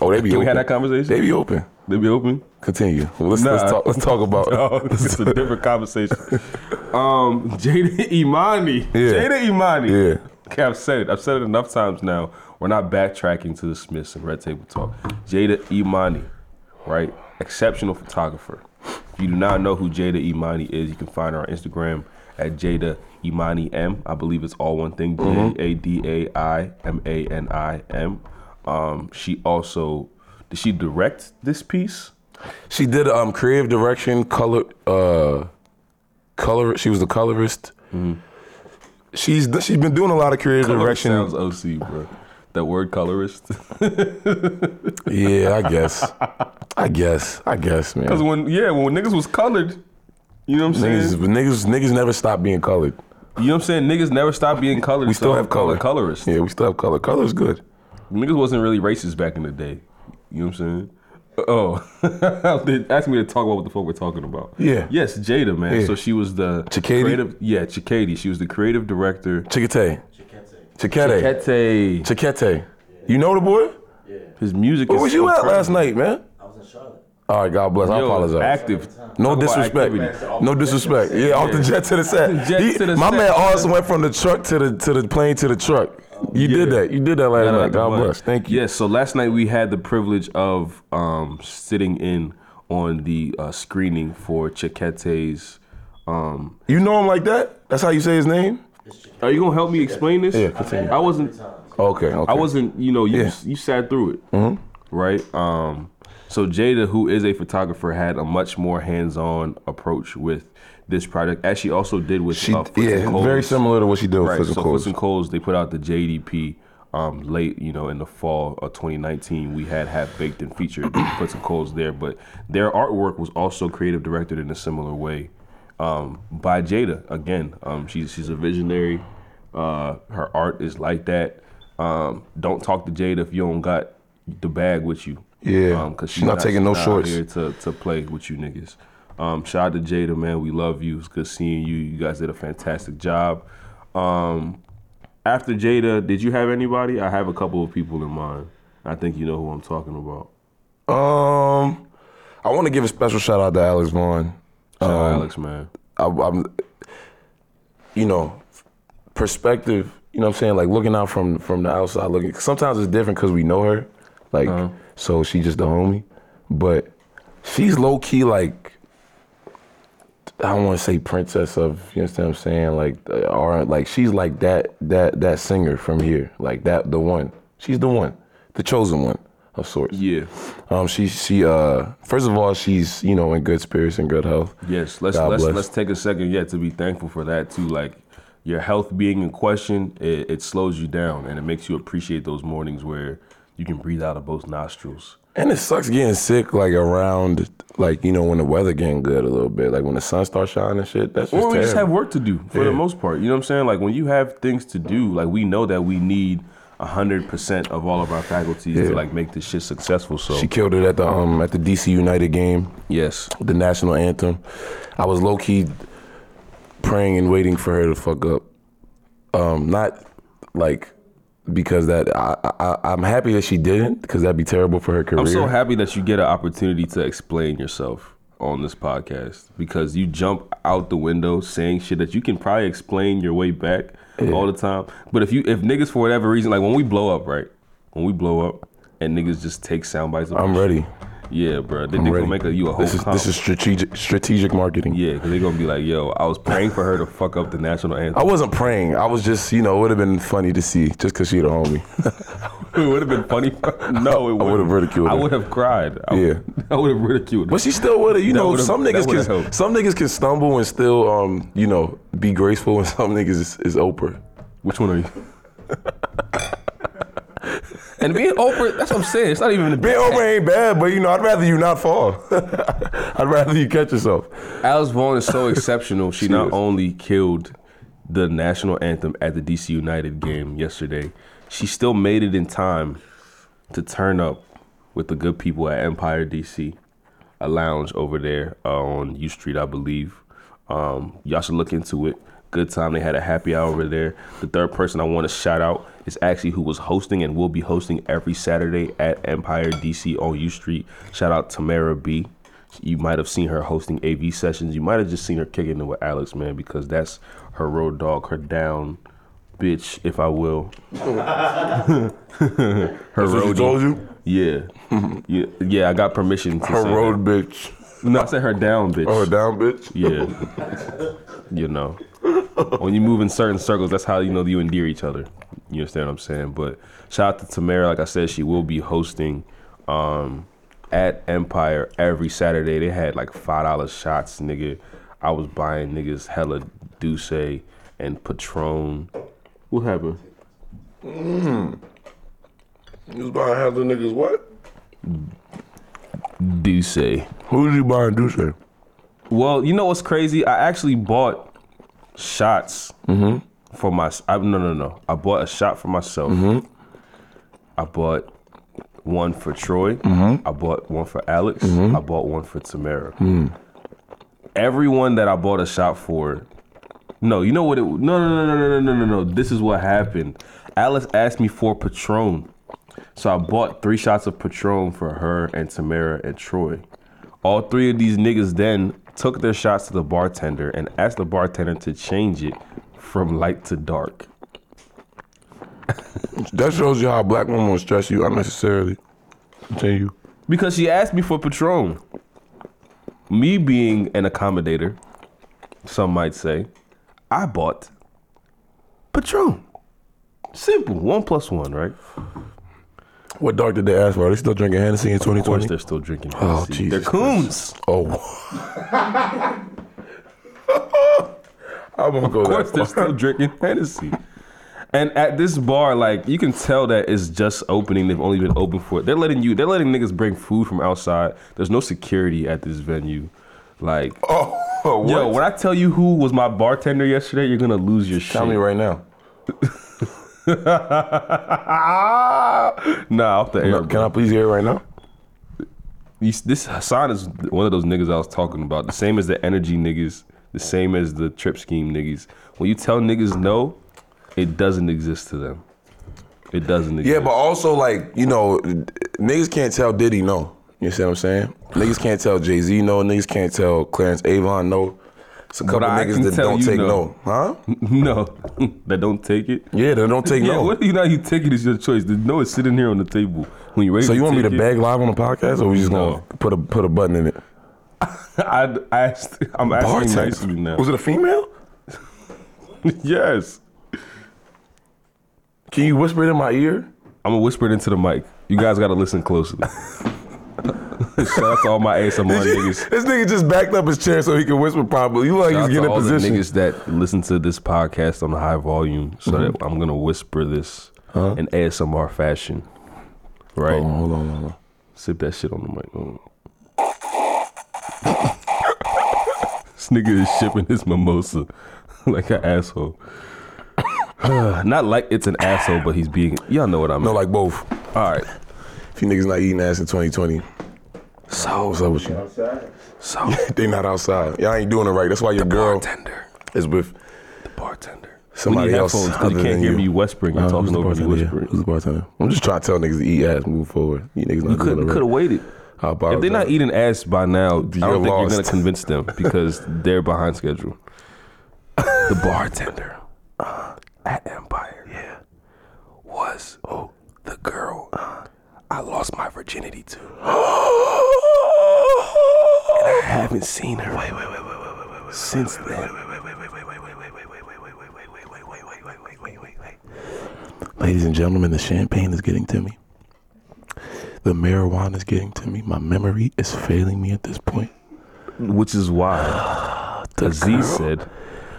Speaker 3: Oh, they be
Speaker 4: Can
Speaker 3: open.
Speaker 4: we have that conversation?
Speaker 3: They be open.
Speaker 4: They be open.
Speaker 3: Continue. Well, let's
Speaker 4: Nah.
Speaker 3: let's talk. Let's talk
Speaker 4: (laughs)
Speaker 3: about.
Speaker 4: Oh, it's a different conversation. (laughs) Um, Jada Imani. Jada Imani.
Speaker 3: Yeah.
Speaker 4: Okay, I've said it. I've said it enough times now. We're not backtracking to the Smiths and Red Table Talk. Jada Imani, right? Exceptional photographer. If you do not know who Jada Imani is, you can find her on Instagram at Jada Imani M. I believe it's all one thing. J A D A I M A N I M. Um, she also did she direct this piece?
Speaker 3: She did um creative direction, color uh color she was the colorist. She's she's been doing a lot of creative
Speaker 4: Mm-hmm. Colorist
Speaker 3: direction.
Speaker 4: sounds OC, bro. That word
Speaker 3: (laughs)
Speaker 4: colorist. (laughs)
Speaker 3: Yeah, I guess. I guess. I guess, man.
Speaker 4: Because when yeah, when niggas was colored, you know what I'm
Speaker 3: Niggas,
Speaker 4: saying.
Speaker 3: niggas niggas never stop being colored.
Speaker 4: You know what I'm saying. Niggas never stopped being colored.
Speaker 3: We still have color.
Speaker 4: Colorist.
Speaker 3: Yeah, we still have color. Color's good.
Speaker 4: Niggas wasn't really racist back in the day. You know what I'm saying. Oh, (laughs) they asked me to talk about what the fuck we're talking about.
Speaker 3: Yeah.
Speaker 4: Yes, Jada, man.
Speaker 3: Yeah.
Speaker 4: So she was the
Speaker 3: Chikady?
Speaker 4: creative. Yeah, Chikady. She was the creative director.
Speaker 3: Chickete. Chiquete.
Speaker 4: Chikete.
Speaker 3: Chiquete. You know the boy?
Speaker 4: His music.
Speaker 3: Where
Speaker 4: is
Speaker 3: was you at
Speaker 4: incredible.
Speaker 3: last night, man?
Speaker 7: I was in Charlotte.
Speaker 3: All right, God bless. I
Speaker 4: Yo,
Speaker 3: apologize.
Speaker 4: Active.
Speaker 3: No
Speaker 4: Talk about
Speaker 3: disrespect.
Speaker 4: activity.
Speaker 3: No disrespect. Yeah, off the jet to the set.
Speaker 4: jet
Speaker 3: He-
Speaker 4: to the
Speaker 3: my
Speaker 4: set,
Speaker 3: man
Speaker 4: man.
Speaker 3: also went from the truck to the to the plane to the truck. You did
Speaker 4: yeah.
Speaker 3: that. You did that last
Speaker 4: Shout out
Speaker 3: night.
Speaker 4: to
Speaker 3: God
Speaker 4: Bud.
Speaker 3: bless. Thank you.
Speaker 4: Yes. So last night we had the privilege of um, sitting in on the uh, screening for Chiquete's. Um,
Speaker 3: You know him like that? That's how you say his name?
Speaker 4: are you gonna help me explain this?
Speaker 3: Yeah, continue.
Speaker 4: I wasn't.
Speaker 3: Okay. okay.
Speaker 4: I wasn't. You know. You
Speaker 3: Yeah. Mm-hmm.
Speaker 4: you sat through it. Right. Um. So Jada, who is a photographer, had a much more hands-on approach with this project, as she also did with
Speaker 3: She,
Speaker 4: uh, Foots and
Speaker 3: yeah,
Speaker 4: Coles.
Speaker 3: very similar to what she did with
Speaker 4: Right.
Speaker 3: Foots and
Speaker 4: so
Speaker 3: Coles.
Speaker 4: Foots and Coles, they put out the JDP um, late, you know, in the fall of 2019. We had half baked and featured (clears throat) Foots and Coles there, but their artwork was also creative directed in a similar way um, by Jada. Again, um, she's she's a visionary. Uh, her art is like that. Um, don't talk to Jada if you don't got the bag with you.
Speaker 3: Yeah.
Speaker 4: because
Speaker 3: She's not taking no shorts.
Speaker 4: here to, to play with you niggas. Um, shout out to Jada, man. We love you. It's good seeing you. You guys did a fantastic job. Um, after Jada, did you have anybody? I have a couple of people in mind. I think you know who I'm talking about.
Speaker 3: Um, I want to give a special shout out to Alex Vaughn.
Speaker 4: Shout out
Speaker 3: Um,
Speaker 4: Alex, man.
Speaker 3: I, I'm, you know, perspective. You know what I'm saying? Like looking out from from the outside, looking. Sometimes it's different because we know her, like
Speaker 4: Uh-huh.
Speaker 3: so she just a homie, but she's low key like. I don't want to say princess of you understand what I'm saying like the- or like she's like that that that singer from here like that the one she's the one the chosen one of sorts
Speaker 4: Yeah.
Speaker 3: um she she uh first of all she's you know in good spirits and good health
Speaker 4: Yes. Let's
Speaker 3: God
Speaker 4: let's
Speaker 3: bless.
Speaker 4: let's take a second, yeah, to be thankful for that too. Like your health being in question, it, it slows you down and it makes you appreciate those mornings where you can breathe out of both nostrils.
Speaker 3: And it sucks getting sick like around like you know when the weather getting good a little bit like when the sun starts shining and shit. That's just
Speaker 4: or we just have
Speaker 3: terrible.
Speaker 4: work to do for the
Speaker 3: Yeah.
Speaker 4: most part. You know what I'm saying? Like when you have things to do, like we know that we need hundred percent of all of our faculties to
Speaker 3: Yeah.
Speaker 4: like make this shit successful. So
Speaker 3: She killed it at the um at the DC United game,
Speaker 4: yes,
Speaker 3: with the national anthem. I was low key praying and waiting for her to fuck up. Um, not like because that I, I I'm happy that she didn't because that'd be terrible for her career.
Speaker 4: I'm so happy that you get an opportunity to explain yourself on this podcast because you jump out the window saying shit that you can probably explain your way back all the time. But if you if niggas for whatever reason, like when we blow up, right? When we blow up and niggas just take sound bites of
Speaker 3: I'm
Speaker 4: our shit,
Speaker 3: ready.
Speaker 4: Yeah, bro. Then
Speaker 3: I'm
Speaker 4: they
Speaker 3: ready.
Speaker 4: gonna make a, you a whole
Speaker 3: this is
Speaker 4: comp.
Speaker 3: this is strategic strategic marketing.
Speaker 4: yeah, because they gonna be like, yo, I was praying for her to fuck up the national
Speaker 3: I
Speaker 4: anthem. (laughs)
Speaker 3: wasn't praying. I was just, you know, it would have been funny to see just because she the homie.
Speaker 4: it would have been funny. (laughs) no, it
Speaker 3: I would've ridiculed
Speaker 4: I
Speaker 3: her.
Speaker 4: would have cried. I would- (laughs) I would have ridiculed. her.
Speaker 3: But she still would have, you
Speaker 4: That
Speaker 3: know,
Speaker 4: would've-
Speaker 3: some
Speaker 4: that
Speaker 3: niggas
Speaker 4: would've
Speaker 3: can
Speaker 4: helped.
Speaker 3: some niggas can stumble and still um, you know, be graceful and (laughs) some niggas is, is Oprah.
Speaker 4: Which one are you? (laughs) and being Oprah, that's what I'm saying. It's not even a
Speaker 3: Being Oprah ain't bad, but you know, I'd rather you not fall. (laughs) I'd rather you catch yourself.
Speaker 4: Alice Vaughn is (laughs) so exceptional. She, not
Speaker 3: is.
Speaker 4: only killed the national anthem at the DC United game yesterday, she still made it in time to turn up with the good people at Empire DC, a lounge over there uh, on U Street, I believe. Um, y'all should look into it. Good time. They had a happy hour over there. The third person I want to shout out is actually who was hosting and will be hosting every Saturday at Empire DC on U Street. Shout out Tamara B. You might have seen her hosting AV sessions. You might have just seen her kicking it with Alex, man, because that's her road dog, her down bitch, if I will. (laughs) her
Speaker 3: That's what she
Speaker 4: roadie.
Speaker 3: told you?
Speaker 4: Yeah. (laughs) yeah. Yeah, I got permission to
Speaker 3: Her
Speaker 4: say
Speaker 3: road bitch.
Speaker 4: That. No, I said her down, bitch.
Speaker 3: Or Oh, her down bitch.
Speaker 4: Yeah. you know. When you move in certain circles, that's how you know you endear each other. You understand what I'm saying? But shout out to Tamara. Like I said, she will be hosting um, at Empire every Saturday. They had like five dollar shots, nigga. I was buying niggas hella Douce and Patron. What happened?
Speaker 3: You was buying half the niggas what?
Speaker 4: Douce.
Speaker 3: Who's you buying Duce?
Speaker 4: Well, you know what's crazy? I actually bought shots for my. I, no, no, no. I bought a shot for myself. I bought one for Troy. I bought one for Alex. I bought one for Tamara. Everyone that I bought a shot for. No, you know what? It, no, no, no, no, no, no, no, no. This is what happened. Alice asked me for Patron. So I bought three shots of Patron for her and Tamara and Troy. All three of these niggas then took their shots to the bartender and asked the bartender to change it from light to dark.
Speaker 3: That shows you how a black woman will stress you unnecessarily. Continue.
Speaker 4: Because she asked me for Patron. Me being an accommodator, some might say, I bought Patron. Simple. One plus one, right?
Speaker 3: What dark did they ask for? Are they still drinking Hennessy in
Speaker 4: Of course,
Speaker 3: 2020?
Speaker 4: they're still drinking.
Speaker 3: Oh,
Speaker 4: Hennessy. They're coons.
Speaker 3: Jesus (laughs) Oh. I'm gonna go
Speaker 4: Of course, they're
Speaker 3: that far.
Speaker 4: still drinking (laughs) Hennessy. And at this bar, like you can tell that it's just opening. They've only been open for They're letting you. They're letting niggas bring food from outside. There's no security at this venue. Like,
Speaker 3: (laughs) Oh, what?
Speaker 4: yo, when I tell you who was my bartender yesterday, you're gonna lose your shit.
Speaker 3: Tell me right now.
Speaker 4: (laughs) nah, off the air.
Speaker 3: No,
Speaker 4: bro.
Speaker 3: can I please hear it right now?
Speaker 4: These- this Hassan is one of those niggas I was talking about. The same as the energy niggas, the same as the trip scheme niggas. When you tell niggas no, it doesn't exist to them. It doesn't exist.
Speaker 3: Yeah, but also like you know, niggas can't tell Diddy no. You see what I'm saying? Niggas can't tell Jay Z no. Niggas can't tell Clarence Avon no. It's a couple
Speaker 4: I can
Speaker 3: niggas that
Speaker 4: tell
Speaker 3: don't
Speaker 4: you
Speaker 3: take
Speaker 4: no.
Speaker 3: no. huh?
Speaker 4: (laughs) No, that don't take it.
Speaker 3: Yeah, they don't take
Speaker 4: (laughs) Yeah,
Speaker 3: no.
Speaker 4: whether you know you take it is your choice. The no is sitting here on the table when you ready.
Speaker 3: So you want me to
Speaker 4: take (laughs)
Speaker 3: bag live on the podcast, or we just
Speaker 4: No.
Speaker 3: gonna put a put a button in it?
Speaker 4: it- I I asked. I'm asking nicely now. (laughs)
Speaker 3: Was it a female?
Speaker 4: yes,
Speaker 3: Can you whisper it in my ear?
Speaker 4: I'm gonna whisper it into the mic. You guys gotta listen closely. (laughs) Shout out to all (laughs) my
Speaker 3: (laughs)
Speaker 4: ASMR niggas.
Speaker 3: this nigga just backed up his chair so he can whisper properly. You like
Speaker 4: Shout out
Speaker 3: he's
Speaker 4: to
Speaker 3: getting in
Speaker 4: all the
Speaker 3: position.
Speaker 4: niggas that listen to this podcast on high volume, so
Speaker 3: Mm-hmm.
Speaker 4: that I'm gonna whisper this
Speaker 3: Uh-huh.
Speaker 4: in ASMR fashion. Right?
Speaker 3: Hold on, hold on, hold on.
Speaker 4: Sip that shit on the mic. Hold on. this nigga is shipping his mimosa (laughs) like an asshole. (sighs) not like it's an asshole, but he's being. Y'all know what I mean.
Speaker 3: No, like both.
Speaker 4: All right.
Speaker 3: If you niggas not eating ass in 2020, so what's up with you?
Speaker 6: Outside.
Speaker 4: So
Speaker 3: (laughs) They not outside. Y'all ain't doing it right. That's why your girl
Speaker 4: bartender,
Speaker 3: is with
Speaker 4: bartender.
Speaker 3: somebody
Speaker 4: we need
Speaker 3: else.
Speaker 4: headphones because
Speaker 3: other
Speaker 4: you can't
Speaker 3: than
Speaker 4: hear
Speaker 3: you.
Speaker 4: me whispering. I'm
Speaker 3: Uh, who's
Speaker 4: talking
Speaker 3: the
Speaker 4: over you
Speaker 3: bartender? Yeah,
Speaker 4: whispering.
Speaker 3: Who's the bartender? I'm just trying to tell niggas to eat ass, move forward. You niggas not
Speaker 4: You
Speaker 3: doing
Speaker 4: could
Speaker 3: it right.
Speaker 4: could have waited.
Speaker 3: I
Speaker 4: If they're not
Speaker 3: apologize.
Speaker 4: eating ass by now, I
Speaker 3: You're
Speaker 4: don't think you're gonna
Speaker 3: lost.
Speaker 4: convince
Speaker 3: (laughs)
Speaker 4: them because they're behind schedule. the bartender
Speaker 3: Uh, Uh.
Speaker 4: at Empire, yeah, was oh the girl
Speaker 3: I lost my virginity (gasps) to. and I haven't seen her. Wait, wait, wait, wait, wait, wait, wait, wait. Since then. Ladies and gentlemen, the champagne is getting to me. The marijuana is getting to me. My memory is failing me at this point.
Speaker 4: Which is why
Speaker 3: (gasps) The girl-
Speaker 4: Aziz said,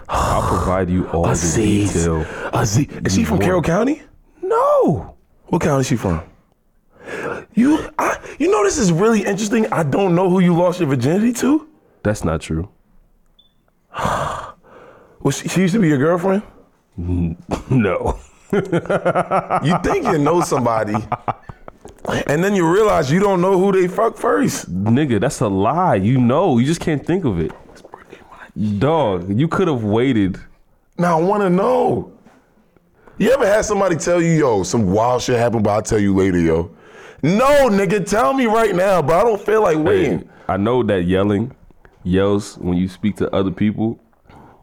Speaker 4: I'll provide
Speaker 3: (sighs)
Speaker 4: you all
Speaker 3: Aziz.
Speaker 4: the detail.
Speaker 3: Aziz. Is she from Carroll County? No. What county is she from? You, I, you know, this is really interesting. I don't know who you lost your virginity to.
Speaker 4: That's not true.
Speaker 3: Was she, she used to be your girlfriend?
Speaker 4: No.
Speaker 3: You think you know somebody, and then you realize you don't know who they fuck first.
Speaker 4: Nigga, that's a lie. You know, you just can't think of it. Dog, you could have waited.
Speaker 3: Now I want to know. You ever had somebody tell you, yo, some wild shit happened, but I'll tell you later, yo. No, nigga, tell me right now, but I don't feel like waiting.
Speaker 4: Hey, I know that yelling yells when you speak to other people,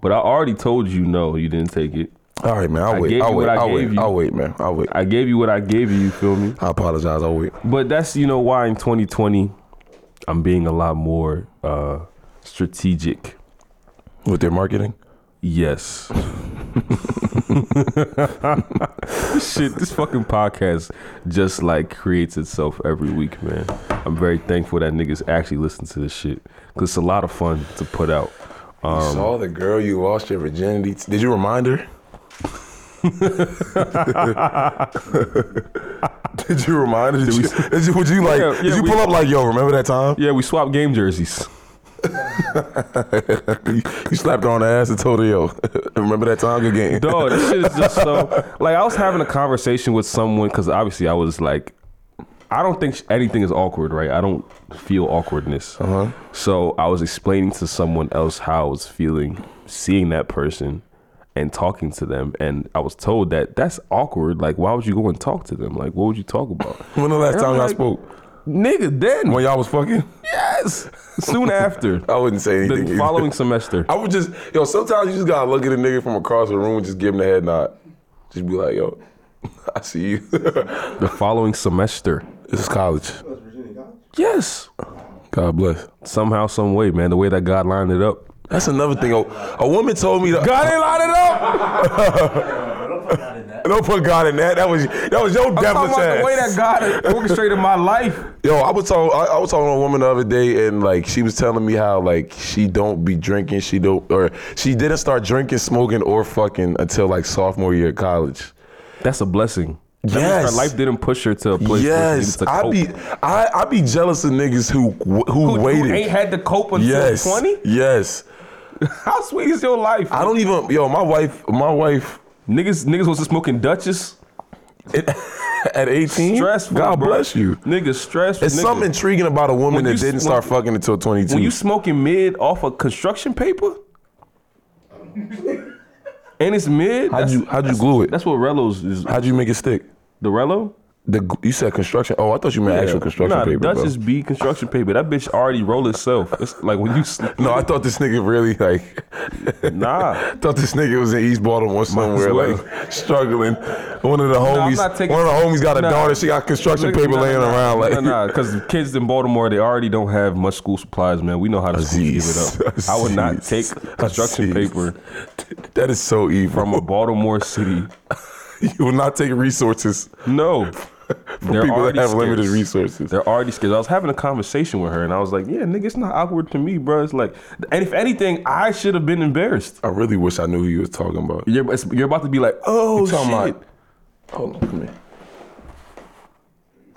Speaker 4: but I already told you no, you didn't take it.
Speaker 3: All right, man, I'll
Speaker 4: I
Speaker 3: wait.
Speaker 4: gave you
Speaker 3: I'll wait.
Speaker 4: what I
Speaker 3: I'll
Speaker 4: gave
Speaker 3: wait.
Speaker 4: you.
Speaker 3: I'll wait, man. I'll wait.
Speaker 4: I gave you what I gave you, you feel me?
Speaker 3: I apologize. I'll wait.
Speaker 4: But that's you know why in 2020 I'm being a lot more uh strategic.
Speaker 3: With their marketing?
Speaker 4: (laughs) Yes. Shit, this fucking podcast just like creates itself every week, man. I'm very thankful that niggas actually listen to this shit cuz it's a lot of fun to put out.
Speaker 3: you saw the girl you lost your virginity. To. Did you remind her? (laughs) did you remind her? Did you, did you, would you like?
Speaker 4: Yeah,
Speaker 3: did
Speaker 4: yeah,
Speaker 3: you
Speaker 4: we-
Speaker 3: pull up like, yo? Remember that time
Speaker 4: Yeah, we swapped game jerseys.
Speaker 3: you, you slapped her on the ass and told her, yo? (laughs) remember that time? Good game.
Speaker 4: Dog, this shit is just so. Like, I was having a conversation with someone because obviously I was like, I don't think sh- anything is awkward, right? I don't feel awkwardness.
Speaker 3: Uh-huh.
Speaker 4: So I was explaining to someone else how I was feeling seeing that person and talking to them, and I was told that that's awkward. Like, why would you go and talk to them? Like, what would you talk about?
Speaker 3: (laughs) (laughs) When the last
Speaker 4: And
Speaker 3: time
Speaker 4: I'm
Speaker 3: y'all
Speaker 4: like,
Speaker 3: spoke?
Speaker 4: Nigga, then
Speaker 3: When Oh, y'all was fucking?
Speaker 4: yes, soon
Speaker 3: (laughs)
Speaker 4: after
Speaker 3: I wouldn't say anything.
Speaker 4: the
Speaker 3: either.
Speaker 4: following semester.
Speaker 3: (laughs) I would just, yo. Sometimes you just gotta look at a nigga from across the room and just give him the head nod. Just be like, yo, (laughs) I see you. (laughs)
Speaker 4: The following semester.
Speaker 3: this is college.
Speaker 4: Yes.
Speaker 3: God bless.
Speaker 4: Somehow, some way, man. The way that God lined it up.
Speaker 3: That's another thing. A, a woman told me that
Speaker 4: God ain't lined it up. (laughs)
Speaker 3: don't put God in that. That was that was your
Speaker 4: I'm
Speaker 3: devilish
Speaker 4: talking about the way that
Speaker 3: ass.
Speaker 4: God orchestrated my life.
Speaker 3: Yo, I was talking. I, I was talking to a woman the other day, and like she was telling me how like she don't be drinking. She don't or she didn't start drinking, smoking, or fucking until like sophomore year of college.
Speaker 4: That's a blessing. That means
Speaker 3: Yes.
Speaker 4: Her life didn't push her to a place where she needed
Speaker 3: yes,
Speaker 4: to
Speaker 3: I
Speaker 4: cope.
Speaker 3: be I, I be jealous of niggas who who,
Speaker 4: who, who
Speaker 3: waited.
Speaker 4: ain't had to cope until
Speaker 3: yes,
Speaker 4: 20?
Speaker 3: yes.
Speaker 4: How sweet is your life?
Speaker 3: I don't even. Yo, my wife, my wife
Speaker 4: niggas, niggas was smoking Duchess.
Speaker 3: at eighteen.
Speaker 4: Stressful.
Speaker 3: God
Speaker 4: bro.
Speaker 3: bless you.
Speaker 4: Niggas stressful.
Speaker 3: It's
Speaker 4: nigga.
Speaker 3: something intriguing about a
Speaker 4: When
Speaker 3: woman that
Speaker 4: you-
Speaker 3: didn't
Speaker 4: when-
Speaker 3: start fucking until 22.
Speaker 4: When you smoking mid off of construction
Speaker 3: (laughs)
Speaker 4: paper, and it's mid.
Speaker 3: how'd
Speaker 4: that's-
Speaker 3: you how'd you glue it?
Speaker 4: That's what Relo's is.
Speaker 3: How'd you make it stick?
Speaker 4: The Relo?
Speaker 3: The g- you said construction. Oh, I thought you meant actual construction
Speaker 4: nah,
Speaker 3: paper. bro.
Speaker 4: Duchess B construction paper. That bitch already roll itself. It's like when you. sl-
Speaker 3: (laughs) No, I thought this nigga really
Speaker 4: (laughs)
Speaker 3: like. (laughs)
Speaker 4: Nah.
Speaker 3: thought this nigga was in East Baltimore somewhere,
Speaker 4: Ah. well.
Speaker 3: like struggling. One of the homies,
Speaker 4: not taking-
Speaker 3: one of the homies got a
Speaker 4: Nah.
Speaker 3: daughter. She got construction paper laying around, like. (laughs)
Speaker 4: nah, because kids in Baltimore they already don't have much school supplies, man. We know how to school give
Speaker 3: Aziz.
Speaker 4: it up. I would not
Speaker 3: (laughs)
Speaker 4: take
Speaker 3: Aziz.
Speaker 4: construction
Speaker 3: Aziz.
Speaker 4: paper
Speaker 3: That is so evil.
Speaker 4: from a Baltimore city.
Speaker 3: (laughs) you will not take resources
Speaker 4: No,
Speaker 3: from
Speaker 4: They're
Speaker 3: people that
Speaker 4: already
Speaker 3: have limited
Speaker 4: scarce.
Speaker 3: resources.
Speaker 4: they're already scared. I was having a conversation with her, and I was like, "Yeah, nigga, it's not awkward to me, bro. It's like, and if anything, I should have been embarrassed.
Speaker 3: I really wish I knew who you was talking about.
Speaker 4: You're, it's- you're about to be like, oh
Speaker 3: You
Speaker 4: shit,
Speaker 3: talking about- Hold on, come here.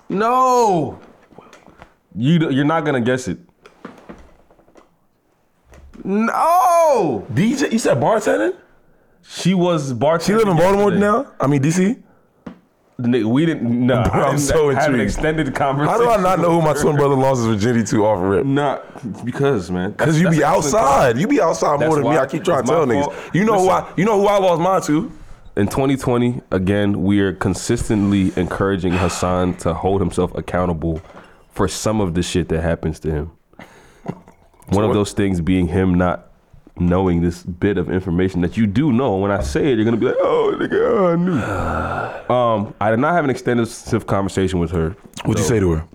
Speaker 4: no, you don't- you're not gonna guess it. No,
Speaker 3: DJ, you said bartending?
Speaker 4: she was bartending.
Speaker 3: She live in Baltimore
Speaker 4: yesterday.
Speaker 3: now? I mean DC.
Speaker 4: Nigga, we didn't. No,
Speaker 3: Bro,
Speaker 4: I
Speaker 3: I'm
Speaker 4: didn't
Speaker 3: so
Speaker 4: have an
Speaker 3: intrigued.
Speaker 4: extended
Speaker 3: How
Speaker 4: conversation.
Speaker 3: do I not know who my twin brother lost his virginity to off rip?
Speaker 4: Not because, man.
Speaker 3: Cause you be outside. You be outside
Speaker 4: That's
Speaker 3: more than me.
Speaker 4: why.
Speaker 3: I keep trying to
Speaker 4: It's
Speaker 3: tell
Speaker 4: my fault.
Speaker 3: niggas. You know who I you know who I lost mine to?
Speaker 4: In 2020, again, we are consistently encouraging Hassan to hold himself accountable for some of the shit that happens to him. One of those things being him not knowing this bit of information that you do know. When I say it, you're gonna be like, "Oh, nigga, oh, I knew."
Speaker 3: (sighs)
Speaker 4: Um, I did not have an extensive conversation with her.
Speaker 3: What'd you say to her?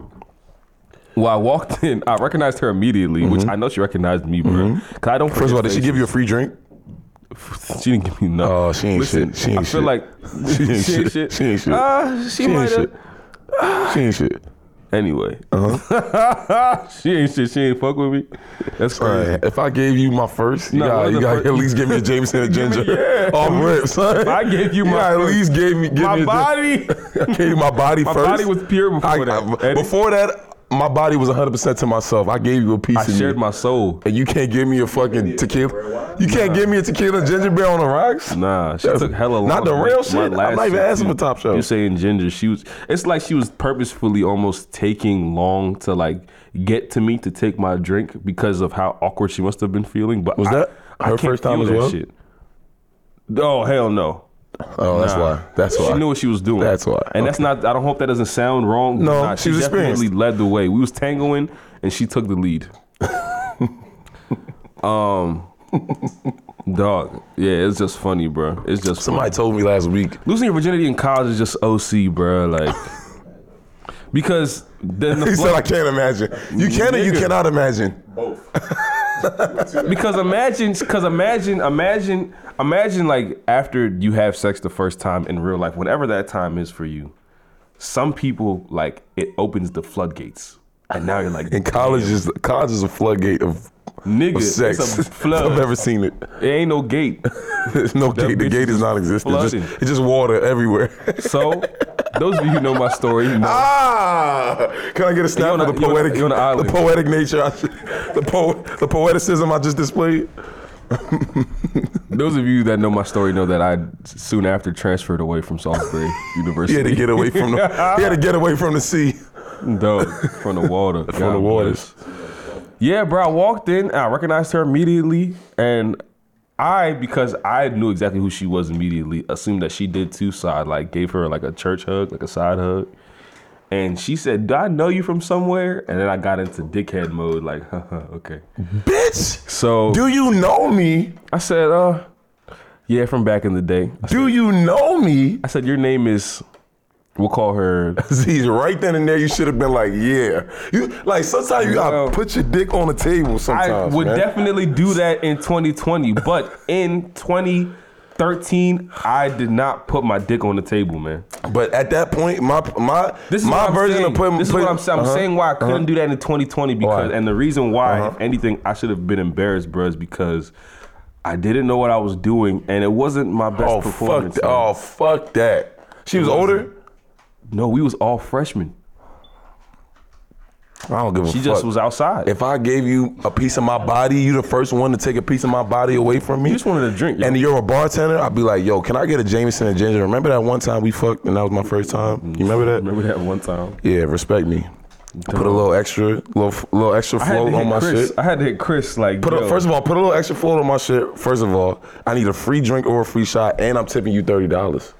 Speaker 4: Well, I walked (laughs) in, I recognized her immediately, which I know she recognized me, bro. Cause I don't.
Speaker 3: Mm-hmm. First of all, did she give you a free drink?
Speaker 4: She didn't give me nothing.
Speaker 3: Oh, she ain't
Speaker 4: Listen,
Speaker 3: shit. She ain't
Speaker 4: I feel
Speaker 3: shit.
Speaker 4: like (laughs)
Speaker 3: She ain't shit. She ain't shit.
Speaker 4: Uh, she,
Speaker 3: She ain't
Speaker 4: might have.
Speaker 3: shit. She ain't shit.
Speaker 4: Anyway, (laughs) she ain't shit. She ain't fuck with me. That's
Speaker 3: Uh-huh. All
Speaker 4: crazy.
Speaker 3: right. If I gave you my first, you
Speaker 4: No,
Speaker 3: gotta,
Speaker 4: what
Speaker 3: you
Speaker 4: the
Speaker 3: gotta
Speaker 4: fuck-
Speaker 3: at least give me a
Speaker 4: (laughs)
Speaker 3: Jameson and
Speaker 4: me-
Speaker 3: ginger.
Speaker 4: yeah.
Speaker 3: Off rip, son.
Speaker 4: If I gave you my
Speaker 3: gotta at
Speaker 4: first-
Speaker 3: least gave me give me
Speaker 4: My
Speaker 3: a
Speaker 4: body.
Speaker 3: Gin- I gave you my body
Speaker 4: My
Speaker 3: first.
Speaker 4: body was pure before
Speaker 3: I,
Speaker 4: that.
Speaker 3: I,
Speaker 4: Eddie.
Speaker 3: before that, my body was 100 percent to myself. I gave you a piece.
Speaker 4: I
Speaker 3: of
Speaker 4: shared
Speaker 3: me.
Speaker 4: my soul.
Speaker 3: And you can't give me a fucking tequila. You can't give me a tequila ginger beer on the rocks.
Speaker 4: Nah, she
Speaker 3: That's
Speaker 4: took hella long.
Speaker 3: not the
Speaker 4: My-
Speaker 3: real
Speaker 4: my
Speaker 3: shit. I'm
Speaker 4: last
Speaker 3: not even
Speaker 4: shit,
Speaker 3: asking
Speaker 4: you-
Speaker 3: for top shelf.
Speaker 4: You saying ginger? She was. It's like she was purposefully almost taking long to like get to me to take my drink because of how awkward she must have been feeling. But
Speaker 3: Was
Speaker 4: I-
Speaker 3: that
Speaker 4: I
Speaker 3: her
Speaker 4: can't
Speaker 3: first time
Speaker 4: feel
Speaker 3: as
Speaker 4: that
Speaker 3: well?
Speaker 4: Shit. Oh hell no.
Speaker 3: Oh, that's why. That's why.
Speaker 4: She knew what she was doing.
Speaker 3: That's why.
Speaker 4: And that's not. I don't hope that doesn't sound wrong.
Speaker 3: No,
Speaker 4: Nah,
Speaker 3: she was
Speaker 4: definitely
Speaker 3: experienced.
Speaker 4: led the way. We was tangoing, and she took the
Speaker 3: (laughs)
Speaker 4: lead. um, dog. Yeah, it's just funny, bro. It's just funny.
Speaker 3: Somebody told me last week.
Speaker 4: losing your virginity in college is just OC, bro. Like because
Speaker 3: (laughs)
Speaker 4: then
Speaker 3: He
Speaker 4: the
Speaker 3: said, "I can't imagine. You can or you
Speaker 4: Nigga.
Speaker 3: cannot imagine."
Speaker 4: because imagine because imagine imagine imagine like after you have sex the first time in real life whenever that time is for you some people like it opens the floodgates and now you're like
Speaker 3: And college is college is a floodgate of,
Speaker 4: nigga
Speaker 3: of sex.
Speaker 4: it's
Speaker 3: (laughs)
Speaker 4: a
Speaker 3: I've
Speaker 4: flood
Speaker 3: never seen it. (laughs)
Speaker 4: it ain't no gate
Speaker 3: There's no
Speaker 4: That
Speaker 3: gate. The
Speaker 4: bitch
Speaker 3: gate
Speaker 4: is
Speaker 3: is non-existent. Just,
Speaker 4: flooding.
Speaker 3: it's just water everywhere. (laughs)
Speaker 4: so those of you who know my story you know
Speaker 3: ah! Can I get a
Speaker 4: You
Speaker 3: snap
Speaker 4: on
Speaker 3: of
Speaker 4: a-
Speaker 3: the
Speaker 4: you on a-
Speaker 3: poetic,
Speaker 4: you on an
Speaker 3: the
Speaker 4: island.
Speaker 3: poetic nature, (laughs) I, the po, the poeticism I just displayed?
Speaker 4: those of you that know my story know that I soon after transferred away from
Speaker 3: (laughs)
Speaker 4: Salisbury University
Speaker 3: He had to get away
Speaker 4: (laughs)
Speaker 3: from the. He had to get away from the sea.
Speaker 4: Dog, from the
Speaker 3: (laughs)
Speaker 4: water. from
Speaker 3: the waters.
Speaker 4: Yeah, bro. I walked in. I recognized her immediately, and I, because I knew exactly who she was immediately, assumed that she did too. So I like gave her like a church hug, like a side hug, and she said, "Do I know you from somewhere?" And then I got into dickhead mode, like, (laughs) okay.
Speaker 3: Bitch,
Speaker 4: So
Speaker 3: do you know me?
Speaker 4: I said, "Uh, yeah, from back in the day."
Speaker 3: Do you know me? (laughs)
Speaker 4: I said, "Your name is." We'll call her.
Speaker 3: He's right then and there. You should have been like, yeah. You like sometimes you
Speaker 4: Yo.
Speaker 3: gotta put your dick on the table. Sometimes
Speaker 4: I would
Speaker 3: man.
Speaker 4: definitely do that in 2020, but in 2013, I did not put my dick on the table, man.
Speaker 3: But at that point, my my
Speaker 4: This is
Speaker 3: my
Speaker 4: what I'm
Speaker 3: version
Speaker 4: saying.
Speaker 3: of putting
Speaker 4: This is
Speaker 3: putting-
Speaker 4: what I'm saying. I'm
Speaker 3: Uh-huh.
Speaker 4: saying why I couldn't
Speaker 3: Uh-huh.
Speaker 4: do that in 2020 because,
Speaker 3: Why?
Speaker 4: and the reason why,
Speaker 3: Uh-huh.
Speaker 4: if anything, I should have been embarrassed, bruh, is because I didn't know what I was doing, and it wasn't my best
Speaker 3: Oh fuck!
Speaker 4: performance.
Speaker 3: th-
Speaker 4: man.
Speaker 3: Oh fuck that. She was older.
Speaker 4: No, we was all freshmen.
Speaker 3: I don't give a
Speaker 4: She
Speaker 3: fuck.
Speaker 4: just was outside.
Speaker 3: If I gave you a piece of my body, you the first one to take a piece of my body away from me.
Speaker 4: You just wanted a drink, yo.
Speaker 3: And you're a bartender, I'd be like, yo, can I get a Jameson and ginger? Remember that one time we fucked and that was my first time? You remember that?
Speaker 4: Remember that one time?
Speaker 3: Yeah, respect me. Put a little extra, little, little extra
Speaker 4: I had,
Speaker 3: float
Speaker 4: to hit
Speaker 3: on my
Speaker 4: Chris.
Speaker 3: shit.
Speaker 4: I had to hit Chris like
Speaker 3: Put a,
Speaker 4: yo,
Speaker 3: first of all, put a little extra float on my shit. First of all, I need a free drink or a free shot, and I'm tipping you thirty dollars.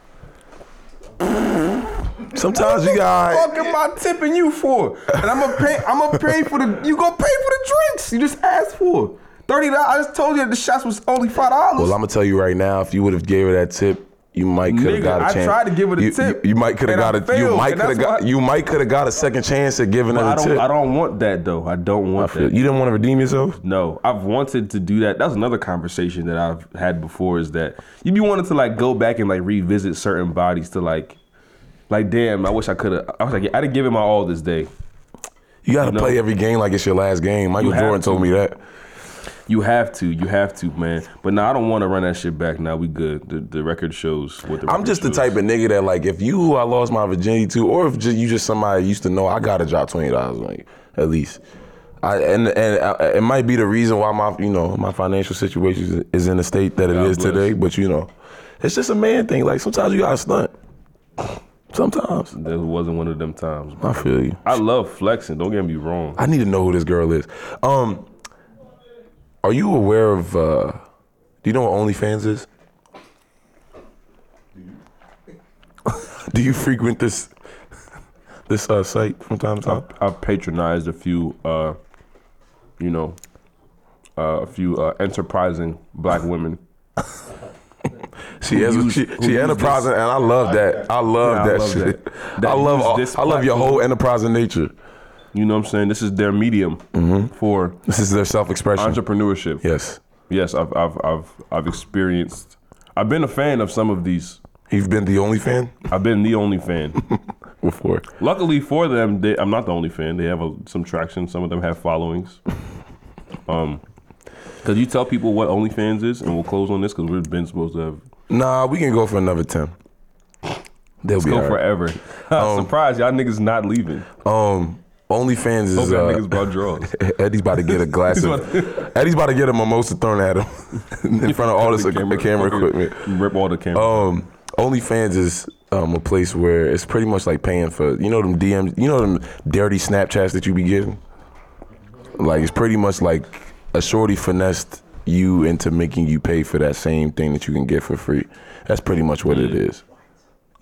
Speaker 3: Sometimes you got
Speaker 4: fuck am I tipping you for? And I'm gonna pay. I'm gonna pay for the. You gonna pay for the drinks? You just asked for thirty dollars. I just told you that the shots was only five dollars.
Speaker 3: Well, I'm gonna tell you right now, if you would have gave her that tip, you might could
Speaker 4: Nigga,
Speaker 3: have got a
Speaker 4: I
Speaker 3: chance.
Speaker 4: tried to give her the
Speaker 3: you,
Speaker 4: tip,
Speaker 3: You, you might could have
Speaker 4: and I
Speaker 3: got a. you
Speaker 4: failed,
Speaker 3: might
Speaker 4: and
Speaker 3: could have
Speaker 4: that's
Speaker 3: got.
Speaker 4: why-
Speaker 3: You might could have got a second chance at giving her
Speaker 4: I
Speaker 3: the
Speaker 4: don't.
Speaker 3: tip.
Speaker 4: I don't want that though. I don't want that.
Speaker 3: You didn't want to redeem yourself.
Speaker 4: No, I've wanted to do that. That's another conversation that I've had before. Is that you be wanting to like go back and like revisit certain bodies to like, like damn, I wish I could have. I was like, I'd have given my all this day.
Speaker 3: You got to
Speaker 4: No.
Speaker 3: play every game like it's your last game. Michael
Speaker 4: You have
Speaker 3: Jordan told
Speaker 4: to.
Speaker 3: me that.
Speaker 4: You have to. You have to, man. But now I don't want to run that shit back. Now we good. The, the record shows what the.
Speaker 3: I'm
Speaker 4: record
Speaker 3: just the
Speaker 4: shows.
Speaker 3: type of nigga that like if you who I lost my virginity to, or if just, you just somebody I used to know, I gotta drop twenty dollars like at least. I and and I, it might be the reason why my you know my financial situation is in the state that it is
Speaker 4: God bless.
Speaker 3: today. But you know, it's just a man thing. Like sometimes you gotta stunt. Sometimes
Speaker 4: That wasn't one of them times.
Speaker 3: I feel you.
Speaker 4: I love flexing. Don't get me wrong.
Speaker 3: I need to know who this girl is. Um, are you aware of? Uh, do you know what OnlyFans is? (laughs) do you frequent this this uh,
Speaker 4: Uh,
Speaker 3: site from time to time?
Speaker 4: I've patronized a few, uh, you know, uh, a few uh, enterprising black women.
Speaker 3: She is
Speaker 4: use-
Speaker 3: she,
Speaker 4: who
Speaker 3: she
Speaker 4: use
Speaker 3: enterprising, and I love that.
Speaker 4: Yeah,
Speaker 3: I love
Speaker 4: I
Speaker 3: that
Speaker 4: love
Speaker 3: shit. (laughs)
Speaker 4: that. That
Speaker 3: I love
Speaker 4: use
Speaker 3: all,
Speaker 4: this
Speaker 3: I love your
Speaker 4: platform.
Speaker 3: whole enterprising nature.
Speaker 4: You know what I'm saying? This is their medium for
Speaker 3: This is their self expression.
Speaker 4: entrepreneurship.
Speaker 3: Yes,
Speaker 4: Yes, I've, I've, I've, I've experienced. I've been a fan of some of these.
Speaker 3: you've been the only fan
Speaker 4: I've been the only fan.
Speaker 3: before.
Speaker 4: Luckily for them, they, I'm not the only fan. They have a, some traction. Some of them have
Speaker 3: (laughs)
Speaker 4: followings. Um, because you tell people what OnlyFans is, and we'll close on this because we've been supposed to have
Speaker 3: Nah, we can go for another ten. They'll be
Speaker 4: go
Speaker 3: all right.
Speaker 4: forever. (laughs) Surprise, y'all niggas not leaving.
Speaker 3: Um, OnlyFans is
Speaker 4: Hope y'all
Speaker 3: uh,
Speaker 4: niggas brought drawers.
Speaker 3: (laughs) Eddie's about to
Speaker 4: (laughs)
Speaker 3: get a glass of (laughs) Eddie's about to get a mimosa thrown at him (laughs) in front of all this
Speaker 4: The
Speaker 3: camera, camera
Speaker 4: fucking
Speaker 3: equipment.
Speaker 4: Rip all the camera.
Speaker 3: Um, OnlyFans is um, a place where it's pretty much like paying for you know them DMs, you know them dirty Snapchats that you be getting. Like it's pretty much like a shorty finessed you into making you pay for that same thing that you can get for free. That's pretty much what it is.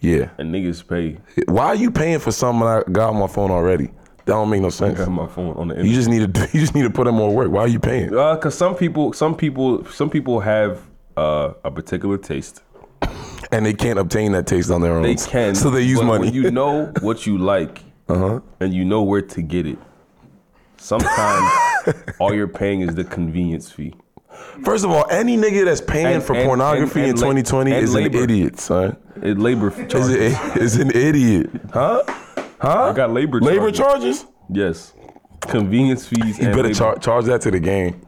Speaker 3: Yeah.
Speaker 4: and niggas pay.
Speaker 3: Why are you paying for something I got on my phone already? That don't make no
Speaker 4: I
Speaker 3: sense.
Speaker 4: got my phone on the internet.
Speaker 3: You just need to (laughs) you just need to put in more work. Why are you paying?
Speaker 4: Uh, cause some people, some people, some people have uh, a particular taste.
Speaker 3: and they can't obtain that taste on their own.
Speaker 4: They can,
Speaker 3: so they use
Speaker 4: but
Speaker 3: money. Uh-huh.
Speaker 4: When you know what you like, and you know where to get it,
Speaker 3: (laughs)
Speaker 4: sometimes all you're paying is the convenience fee.
Speaker 3: (laughs) First of all, any nigga that's paying
Speaker 4: And-
Speaker 3: for
Speaker 4: and-
Speaker 3: pornography
Speaker 4: and-
Speaker 3: in
Speaker 4: and la-
Speaker 3: 2020
Speaker 4: and
Speaker 3: is
Speaker 4: labor.
Speaker 3: an idiot, son.
Speaker 4: It labor
Speaker 3: Is,
Speaker 4: charges.
Speaker 3: a, (laughs) is an idiot. Huh?
Speaker 4: I got labor
Speaker 3: Labor
Speaker 4: charges.
Speaker 3: charges?
Speaker 4: Yes, convenience fees.
Speaker 3: You
Speaker 4: and
Speaker 3: better
Speaker 4: labor.
Speaker 3: char- charge that to the game.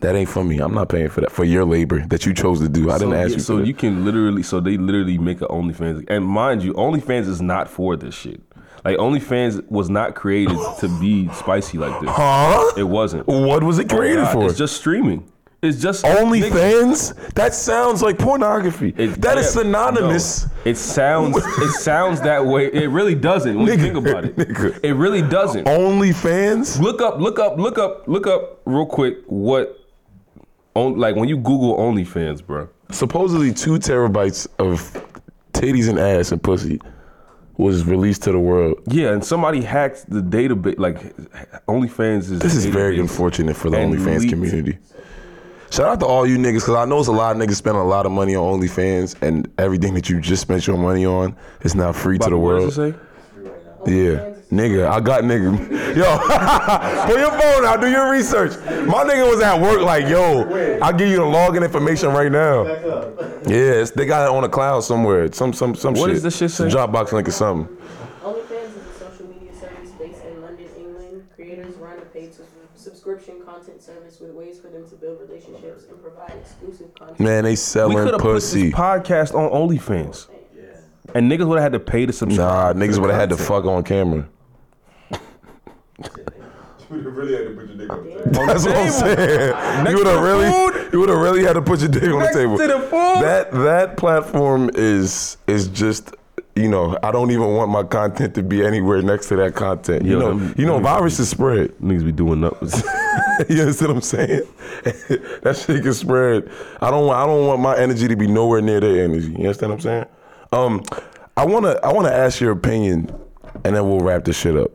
Speaker 3: That ain't for me. I'm not paying for that. For your labor that you chose to do. I didn't
Speaker 4: so,
Speaker 3: ask
Speaker 4: yeah,
Speaker 3: you.
Speaker 4: So
Speaker 3: for
Speaker 4: you
Speaker 3: you
Speaker 4: can literally, so they literally make an OnlyFans, and mind you, OnlyFans is not for this shit. Like OnlyFans was not created to be spicy like
Speaker 3: (laughs)
Speaker 4: this.
Speaker 3: huh?
Speaker 4: It wasn't.
Speaker 3: what was it created
Speaker 4: God,
Speaker 3: for?
Speaker 4: It's just streaming. It's just
Speaker 3: Only
Speaker 4: nigga,
Speaker 3: fans? That sounds like pornography. That is
Speaker 4: it- yeah,
Speaker 3: synonymous.
Speaker 4: no. It sounds it sounds that way. It really doesn't when you think about it.
Speaker 3: (laughs) nigga.
Speaker 4: It really doesn't.
Speaker 3: Only fans?
Speaker 4: Look up, look up, look up, look up real quick what on like when you Google OnlyFans, bro.
Speaker 3: supposedly two terabytes of titties and ass and pussy was released to the world.
Speaker 4: Yeah, and somebody hacked the database. Like OnlyFans is
Speaker 3: This is
Speaker 4: a
Speaker 3: very
Speaker 4: database.
Speaker 3: unfortunate for the
Speaker 4: And
Speaker 3: OnlyFans
Speaker 4: leaked.
Speaker 3: community. Shout out to all you niggas, cause I know it's a lot of niggas spending a lot of money on OnlyFans, and everything that you just spent your money on is now free to
Speaker 4: Bobby,
Speaker 3: the
Speaker 4: what does
Speaker 3: world.
Speaker 4: it say?
Speaker 3: Yeah, nigga, I got nigga. (laughs) Yo, pull your phone out, do your research. My nigga was at work like, yo, I'll give you the login information right now.
Speaker 6: (laughs)
Speaker 3: Yeah, it's, they got it on a cloud somewhere, some some some
Speaker 4: What
Speaker 3: shit.
Speaker 4: does this shit
Speaker 3: Some
Speaker 4: say?
Speaker 3: Dropbox link or something.
Speaker 9: OnlyFans is a social media service based in London, England. Creators run a paid sus- subscription content service with ways for them to build relationships and provide exclusive content.
Speaker 3: Man, they
Speaker 4: We could
Speaker 3: selling
Speaker 4: have put this
Speaker 3: pussy.
Speaker 4: podcast on OnlyFans, and niggas would have had to pay to subscribe.
Speaker 3: Nah,
Speaker 4: to
Speaker 3: niggas
Speaker 4: the
Speaker 3: would have had to
Speaker 4: content.
Speaker 3: fuck
Speaker 6: (laughs)
Speaker 3: on camera.
Speaker 6: You really had to put your dick on the table.
Speaker 3: (laughs) That's what I'm saying. You would have really, you would have really had to put your dick on the
Speaker 4: Next
Speaker 3: table.
Speaker 4: to the food.
Speaker 3: That that platform is is just. You know, I don't even want my content to be anywhere next to that content.
Speaker 4: Yo,
Speaker 3: You know,
Speaker 4: them-
Speaker 3: you know,
Speaker 4: them-
Speaker 3: viruses spread. (laughs)
Speaker 4: Niggas be doing up. (laughs)
Speaker 3: you understand what I'm saying? (laughs) that shit can spread. I don't want I don't want my energy to be nowhere near their energy. You understand what I'm saying? Um, I wanna I wanna ask your opinion, and then we'll wrap this shit up.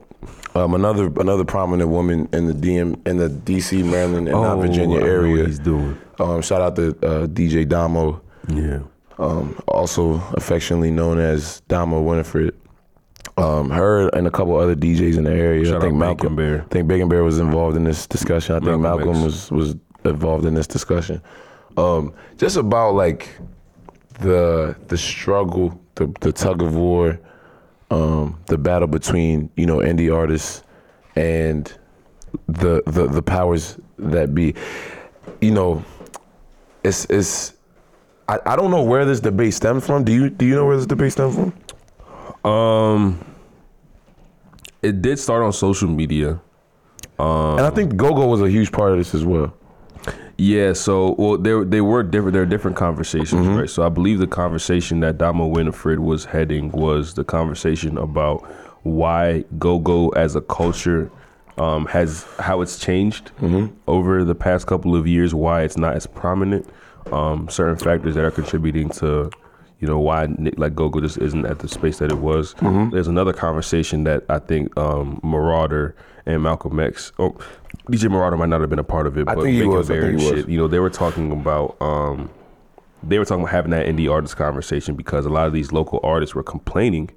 Speaker 3: Um, another another prominent woman in the DM in the DC, Maryland, and
Speaker 4: Oh,
Speaker 3: not Virginia
Speaker 4: I know
Speaker 3: area.
Speaker 4: what he's doing.
Speaker 3: Um, shout out to uh, DJ Damo,
Speaker 4: yeah.
Speaker 3: um, also affectionately known as Damo Winifred. Um, her and a couple other DJs in the area.
Speaker 4: Shout
Speaker 3: I think
Speaker 4: out Bacon
Speaker 3: Malcolm
Speaker 4: Bear.
Speaker 3: I think Bacon Bear was involved in this discussion. I think
Speaker 4: Malcolm
Speaker 3: Malcolm, was was involved in this discussion. Um, just about like the the struggle, the the tug of war, um, the battle between you know indie artists and the the the powers that be. You know, it's it's. I, I don't know where this debate stemmed from. Do you do you know where this debate stemmed from?
Speaker 4: It did start on social media. Um,
Speaker 3: and I think GoGo was a huge part of this as well.
Speaker 4: Yeah, so well, there they were different. There are different conversations, right? So I believe the conversation that Damo Winifred was heading was the conversation about why go-go as a culture um, has how it's changed over the past couple of years, why it's not as prominent, um, certain factors that are contributing to you know why Nick like Google just isn't at the space that it was. There's another conversation that I think um, Marauder and Malcolm X. Oh, DJ Marauder might not have been a part of it,
Speaker 3: I
Speaker 4: but
Speaker 3: think he
Speaker 4: Bacon
Speaker 3: was, I
Speaker 4: Bear
Speaker 3: think
Speaker 4: and
Speaker 3: he was.
Speaker 4: shit. You know, they were talking about. Um, they were talking about having that indie artist conversation because a lot of these local artists were complaining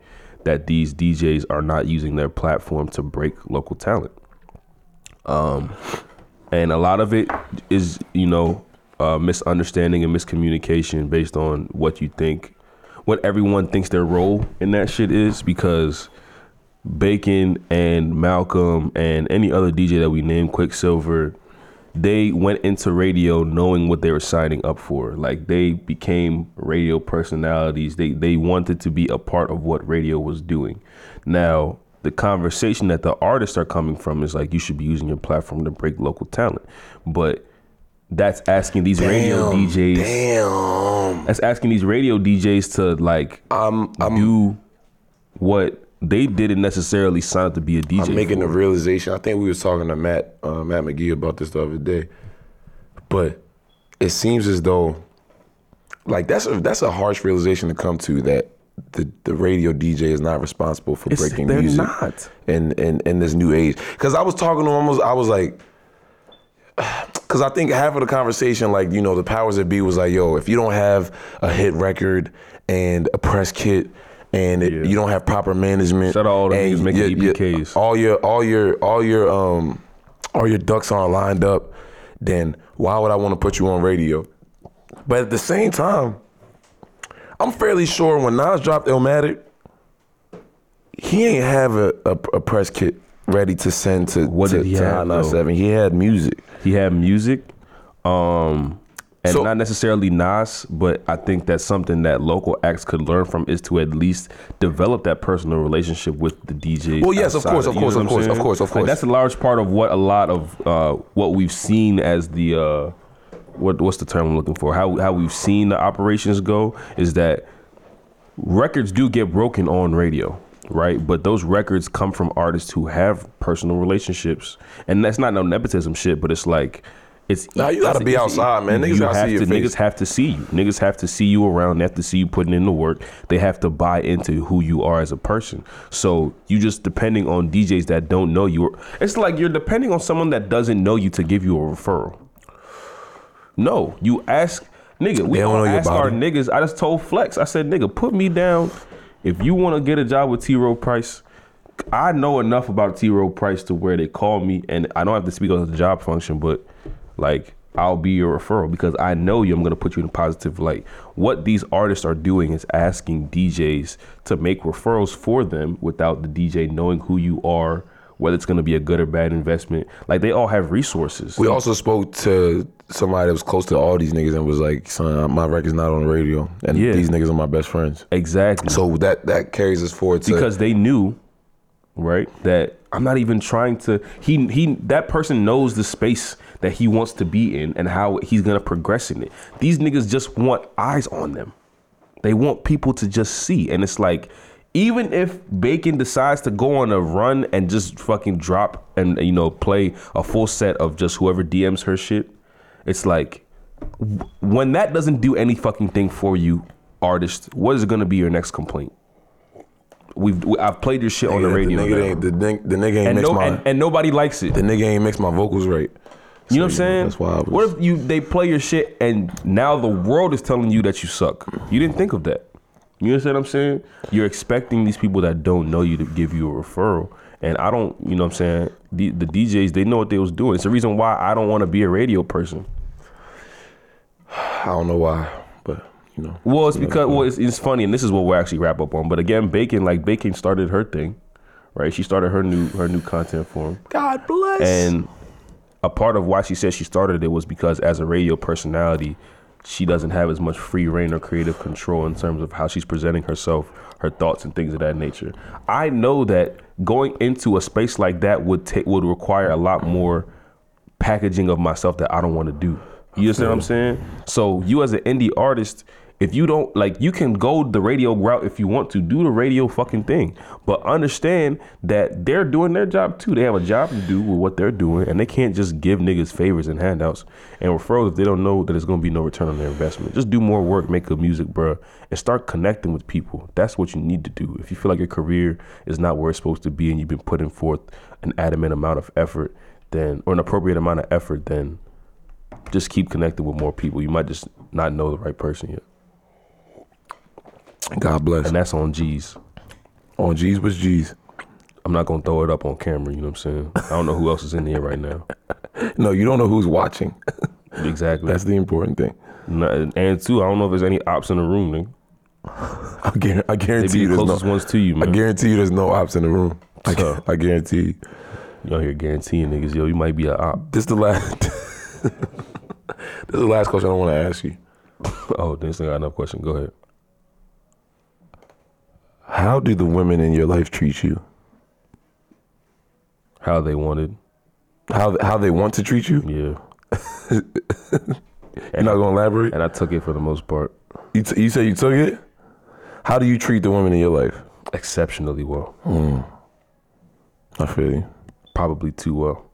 Speaker 4: that these DJs are not using their platform to break local talent. Um, and a lot of it is, you know, uh, misunderstanding and miscommunication based on what you think, what everyone thinks their role in that shit is because Bacon and Malcolm and any other DJ that we name, Quicksilver, they went into radio knowing what they were signing up for. Like they became radio personalities. They they wanted to be a part of what radio was doing. Now, the conversation that the artists are coming from is like you should be using your platform to break local talent. But that's asking these radio DJs
Speaker 3: Damn.
Speaker 4: that's asking these radio DJs to like
Speaker 3: I'm I'm
Speaker 4: do what they didn't necessarily sign up to be a DJ.
Speaker 3: I'm making
Speaker 4: for.
Speaker 3: the realization. I think we was talking to Matt uh, Matt McGee about this the other day, but it seems as though like that's a that's a harsh realization to come to that the, the radio DJ is not responsible for
Speaker 4: It's-
Speaker 3: breaking
Speaker 4: they're
Speaker 3: music
Speaker 4: not.
Speaker 3: in, in in this new age. Because I was talking to him, I was, I was like. (sighs) Cause I think half of the conversation, like you know, the powers that be was like, "Yo, if you don't have a hit record and a press kit, and it,
Speaker 4: Yeah.
Speaker 3: you don't have proper management,
Speaker 4: Shout out all the
Speaker 3: and
Speaker 4: niggas making E
Speaker 3: your- your-
Speaker 4: EPKs.
Speaker 3: all your all your all your um all your ducks aren't lined up, then why would I want to put you on radio? But at the same time, I'm fairly sure when Nas dropped Illmatic, he ain't have a, a, a press kit ready to send to
Speaker 4: What
Speaker 3: to,
Speaker 4: did he
Speaker 3: to
Speaker 4: have,
Speaker 3: Hot
Speaker 4: though?
Speaker 3: 97. He had music.
Speaker 4: He had music, um, and
Speaker 3: So-
Speaker 4: not necessarily Nas, but I think that's something that local acts could learn from is to at least develop that personal relationship with the DJ.
Speaker 3: Well, yes, of course, of course, of course, of course, of course.
Speaker 4: that's a large part of what a lot of uh, what we've seen as the uh, what what's the term I'm looking for? How how we've seen the operations go is that records do get broken on radio right but those records come from artists who have personal relationships and that's not no nepotism shit but it's like it's
Speaker 3: Nah, you gotta
Speaker 4: it's-
Speaker 3: be
Speaker 4: it's-
Speaker 3: outside, man. Niggas
Speaker 4: you
Speaker 3: gotta see
Speaker 4: have
Speaker 3: your
Speaker 4: to,
Speaker 3: face.
Speaker 4: niggas have to see you niggas have to see you around they have to see you putting in the work they have to buy into who you are as a person so you just depending on djs that don't know you it's like you're depending on someone that doesn't know you to give you a referral no, you ask nigga. We
Speaker 3: They don't
Speaker 4: don't,
Speaker 3: know your
Speaker 4: ask our
Speaker 3: body.
Speaker 4: niggas. I just told Flex. I said, nigga, put me down. If you want to get a job with T. Rowe Price, I know enough about T. Rowe Price to where they call me, and I don't have to speak on the job function, but like I'll be your referral because I know you. I'm gonna put you in a positive light. What these artists are doing is asking DJs to make referrals for them without the DJ knowing who you are. Whether it's gonna be a good or bad investment, like they all have resources.
Speaker 3: We also spoke to somebody that was close to all these niggas and was like, "Son, my record's not on the radio, and
Speaker 4: Yeah.
Speaker 3: these niggas are my best friends."
Speaker 4: exactly.
Speaker 3: So that that carries us forward to
Speaker 4: because they knew, right? That I'm not even trying to. He he. That person knows the space that he wants to be in and how he's gonna progress in it. These niggas just want eyes on them. They want people to just see, and it's like. Even if Bacon decides to go on a run and just fucking drop and you know play a full set of just whoever DMs her shit, it's like w- when that doesn't do any fucking thing for you, artist, what is going to be your next complaint? We've we, I've played your shit on the
Speaker 3: Yeah,
Speaker 4: radio,
Speaker 3: nigga
Speaker 4: now.
Speaker 3: ain't, the, nig- the nigga ain't
Speaker 4: and
Speaker 3: mix
Speaker 4: no
Speaker 3: my
Speaker 4: and, and nobody likes it.
Speaker 3: the nigga ain't mix my vocals right.
Speaker 4: you know what I'm
Speaker 3: So, yeah,
Speaker 4: saying?
Speaker 3: That's why I was.
Speaker 4: what if you they play your shit and now the world is telling you that you suck? You didn't think of that. You understand what I'm saying? You're expecting these people that don't know you to give you a referral. And I don't, you know what I'm saying? The, the DJs, they know what they was doing. It's the reason why I don't want to be a radio person.
Speaker 3: I don't know why, but you know.
Speaker 4: Well, it's because well, it's, it's funny, and this is what we'll actually wrap up on. But again, Bacon, like Bacon, started her thing, right? She started her new her new content form,
Speaker 3: God bless.
Speaker 4: and a part of why she said she started it was because as a radio personality, she doesn't have as much free reign or creative control in terms of how she's presenting herself, her thoughts, and things of that nature. I know that going into a space like that would take would require a lot more packaging of myself that I don't want to do. You understand what I'm saying? So you as an indie artist, If you don't like, you can go the radio route if you want to. Do the radio fucking thing, but understand that they're doing their job too. They have a job to do with what they're doing, and they can't just give niggas favors and handouts and referrals if they don't know that it's gonna be no return on their investment. Just do more work, make good music, bruh, and start connecting with people. That's what you need to do. If you feel like your career is not where it's supposed to be, and you've been putting forth an adamant amount of effort, then or an appropriate amount of effort, then just keep connecting with more people. You might just not know the right person yet.
Speaker 3: God bless.
Speaker 4: And that's on G's.
Speaker 3: On G's was G's.
Speaker 4: I'm not gonna throw it up on camera, you know what I'm saying? I don't know who else is in here right
Speaker 3: (laughs)
Speaker 4: now.
Speaker 3: No, you don't know who's watching.
Speaker 4: Exactly.
Speaker 3: That's the important thing.
Speaker 4: Not- and two, I don't know if there's any ops in the room, nigga.
Speaker 3: I guarantee, I
Speaker 4: They
Speaker 3: guarantee
Speaker 4: be
Speaker 3: you
Speaker 4: the
Speaker 3: there's
Speaker 4: closest
Speaker 3: no.
Speaker 4: ones to you,
Speaker 3: I
Speaker 4: man.
Speaker 3: guarantee you there's no ops in the room. I, gu-
Speaker 4: So.
Speaker 3: I guarantee you.
Speaker 4: you out here guaranteeing niggas, yo, you might be an op.
Speaker 3: This the last. (laughs) this is the last question I want to ask you.
Speaker 4: Oh, this nigga got another question. Go ahead.
Speaker 3: How do the women in your life treat you?
Speaker 4: How they wanted.
Speaker 3: How how they want to treat you?
Speaker 4: Yeah.
Speaker 3: You're not gonna elaborate.
Speaker 4: And I took it for the most part
Speaker 3: You, t- you say you took it. How do you treat the women in your life?
Speaker 4: exceptionally well.
Speaker 3: I feel you.
Speaker 4: Probably too well.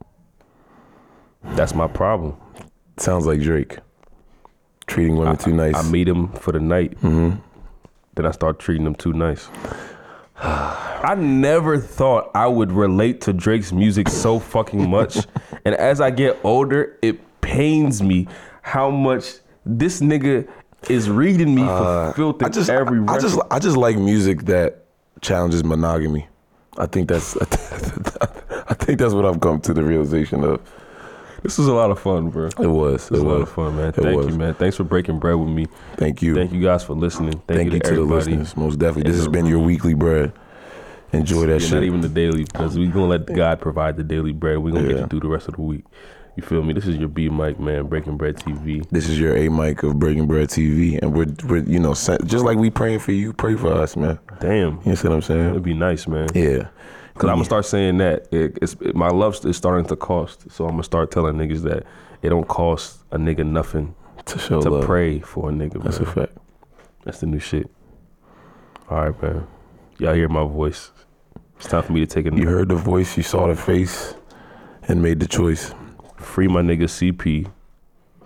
Speaker 4: That's my problem.
Speaker 3: Sounds like Drake. Treating women too nice.
Speaker 4: I meet them for the night. Mm-hmm. Then I start treating them too nice. (sighs) I never thought I would relate to Drake's music so fucking much.
Speaker 3: (laughs)
Speaker 4: and as I get older, it pains me how much this nigga is reading me for filth in
Speaker 3: Uh, I just
Speaker 4: every
Speaker 3: I
Speaker 4: record.
Speaker 3: just I just like music that challenges monogamy. I think that's (laughs) I think that's what I've come to the realization of.
Speaker 4: this was a lot of fun, bro.
Speaker 3: It was.
Speaker 4: This was
Speaker 3: It
Speaker 4: a lot
Speaker 3: was
Speaker 4: of fun, man.
Speaker 3: It
Speaker 4: Thank
Speaker 3: was.
Speaker 4: you, man. Thanks for breaking bread with me.
Speaker 3: Thank you.
Speaker 4: Thank you guys for listening. Thank,
Speaker 3: Thank
Speaker 4: you, to,
Speaker 3: the
Speaker 4: everybody.
Speaker 3: listeners. Most definitely. This
Speaker 4: in
Speaker 3: has
Speaker 4: the
Speaker 3: been your weekly bread. Enjoy that
Speaker 4: Yeah,
Speaker 3: shit.
Speaker 4: Not even the daily, because we're gonna let God provide the daily bread. We're gonna get
Speaker 3: Yeah.
Speaker 4: you through the rest of the week. You feel me? This is your B Mike man, Breaking Bread TV.
Speaker 3: this is your A Mike of Breaking Bread TV, and we're we're you know sa- just like we praying for you, pray for us, man.
Speaker 4: Damn,
Speaker 3: You see what I'm
Speaker 4: it'd
Speaker 3: saying?
Speaker 4: be nice, man.
Speaker 3: Yeah.
Speaker 4: Cause I'm gonna start saying that it, it's it- my love is starting to cost. So I'm gonna start telling niggas that it don't cost a nigga nothing
Speaker 3: to show
Speaker 4: to
Speaker 3: love.
Speaker 4: pray for a nigga.
Speaker 3: That's a
Speaker 4: man.
Speaker 3: fact.
Speaker 4: That's the new shit. All right, man. Y'all hear my voice? It's time for me to take a
Speaker 3: You heard the voice, you saw the face, and made the choice.
Speaker 4: free my nigga CP,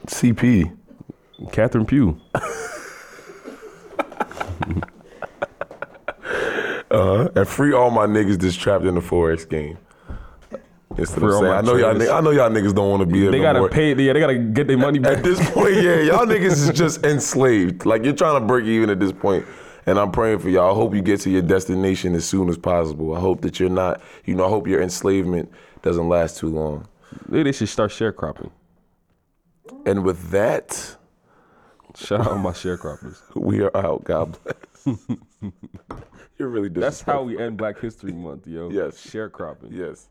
Speaker 3: CP.
Speaker 4: Catherine Pugh.
Speaker 3: and free all my niggas that's trapped in the forex game. That's what
Speaker 4: Free
Speaker 3: I'm
Speaker 4: all
Speaker 3: saying.
Speaker 4: my
Speaker 3: I know y'all.
Speaker 4: traders.
Speaker 3: Ni- I know y'all niggas don't want to be. in
Speaker 4: They
Speaker 3: no
Speaker 4: gotta
Speaker 3: more.
Speaker 4: pay. Yeah, they gotta get their money back. (laughs)
Speaker 3: At (laughs) this point, yeah, y'all niggas is just enslaved. Like you're trying to break even at this point. And I'm praying for y'all. I hope you get to your destination as soon as possible. I hope that you're not. You know, I hope your enslavement doesn't last too long.
Speaker 4: Maybe they should start sharecropping.
Speaker 3: And with that,
Speaker 4: Shout out my sharecroppers.
Speaker 3: we are out. God bless. (laughs) you're really
Speaker 4: That's
Speaker 3: disrespectful.
Speaker 4: how we end Black History Month, yo.
Speaker 3: Yes.
Speaker 4: Sharecropping.
Speaker 3: Yes.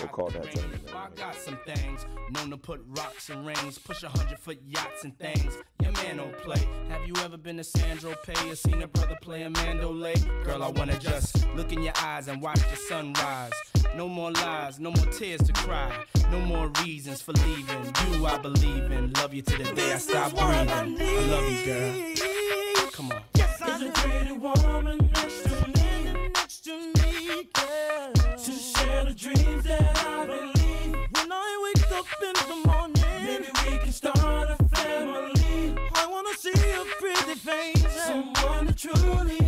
Speaker 2: We'll
Speaker 3: call that tournament.
Speaker 2: I got some things known to put rocks and rings, push a hundred foot yachts and things. Your man don't play. Have you ever been to Sandro Pay or seen a brother play a mandolay? Girl, I wanna just look in your eyes and watch the sunrise. No more lies, no more tears to cry, no more reasons for leaving. You, I believe in. Love you to the day I stop breathing. I love you, girl. Come on.
Speaker 1: Is a pretty woman next to me, next to me, girl. To share the dreams that I believe. When I wake up in the morning, maybe we can start a family. I wanna see a pretty face, someone that truly Oh, Oh,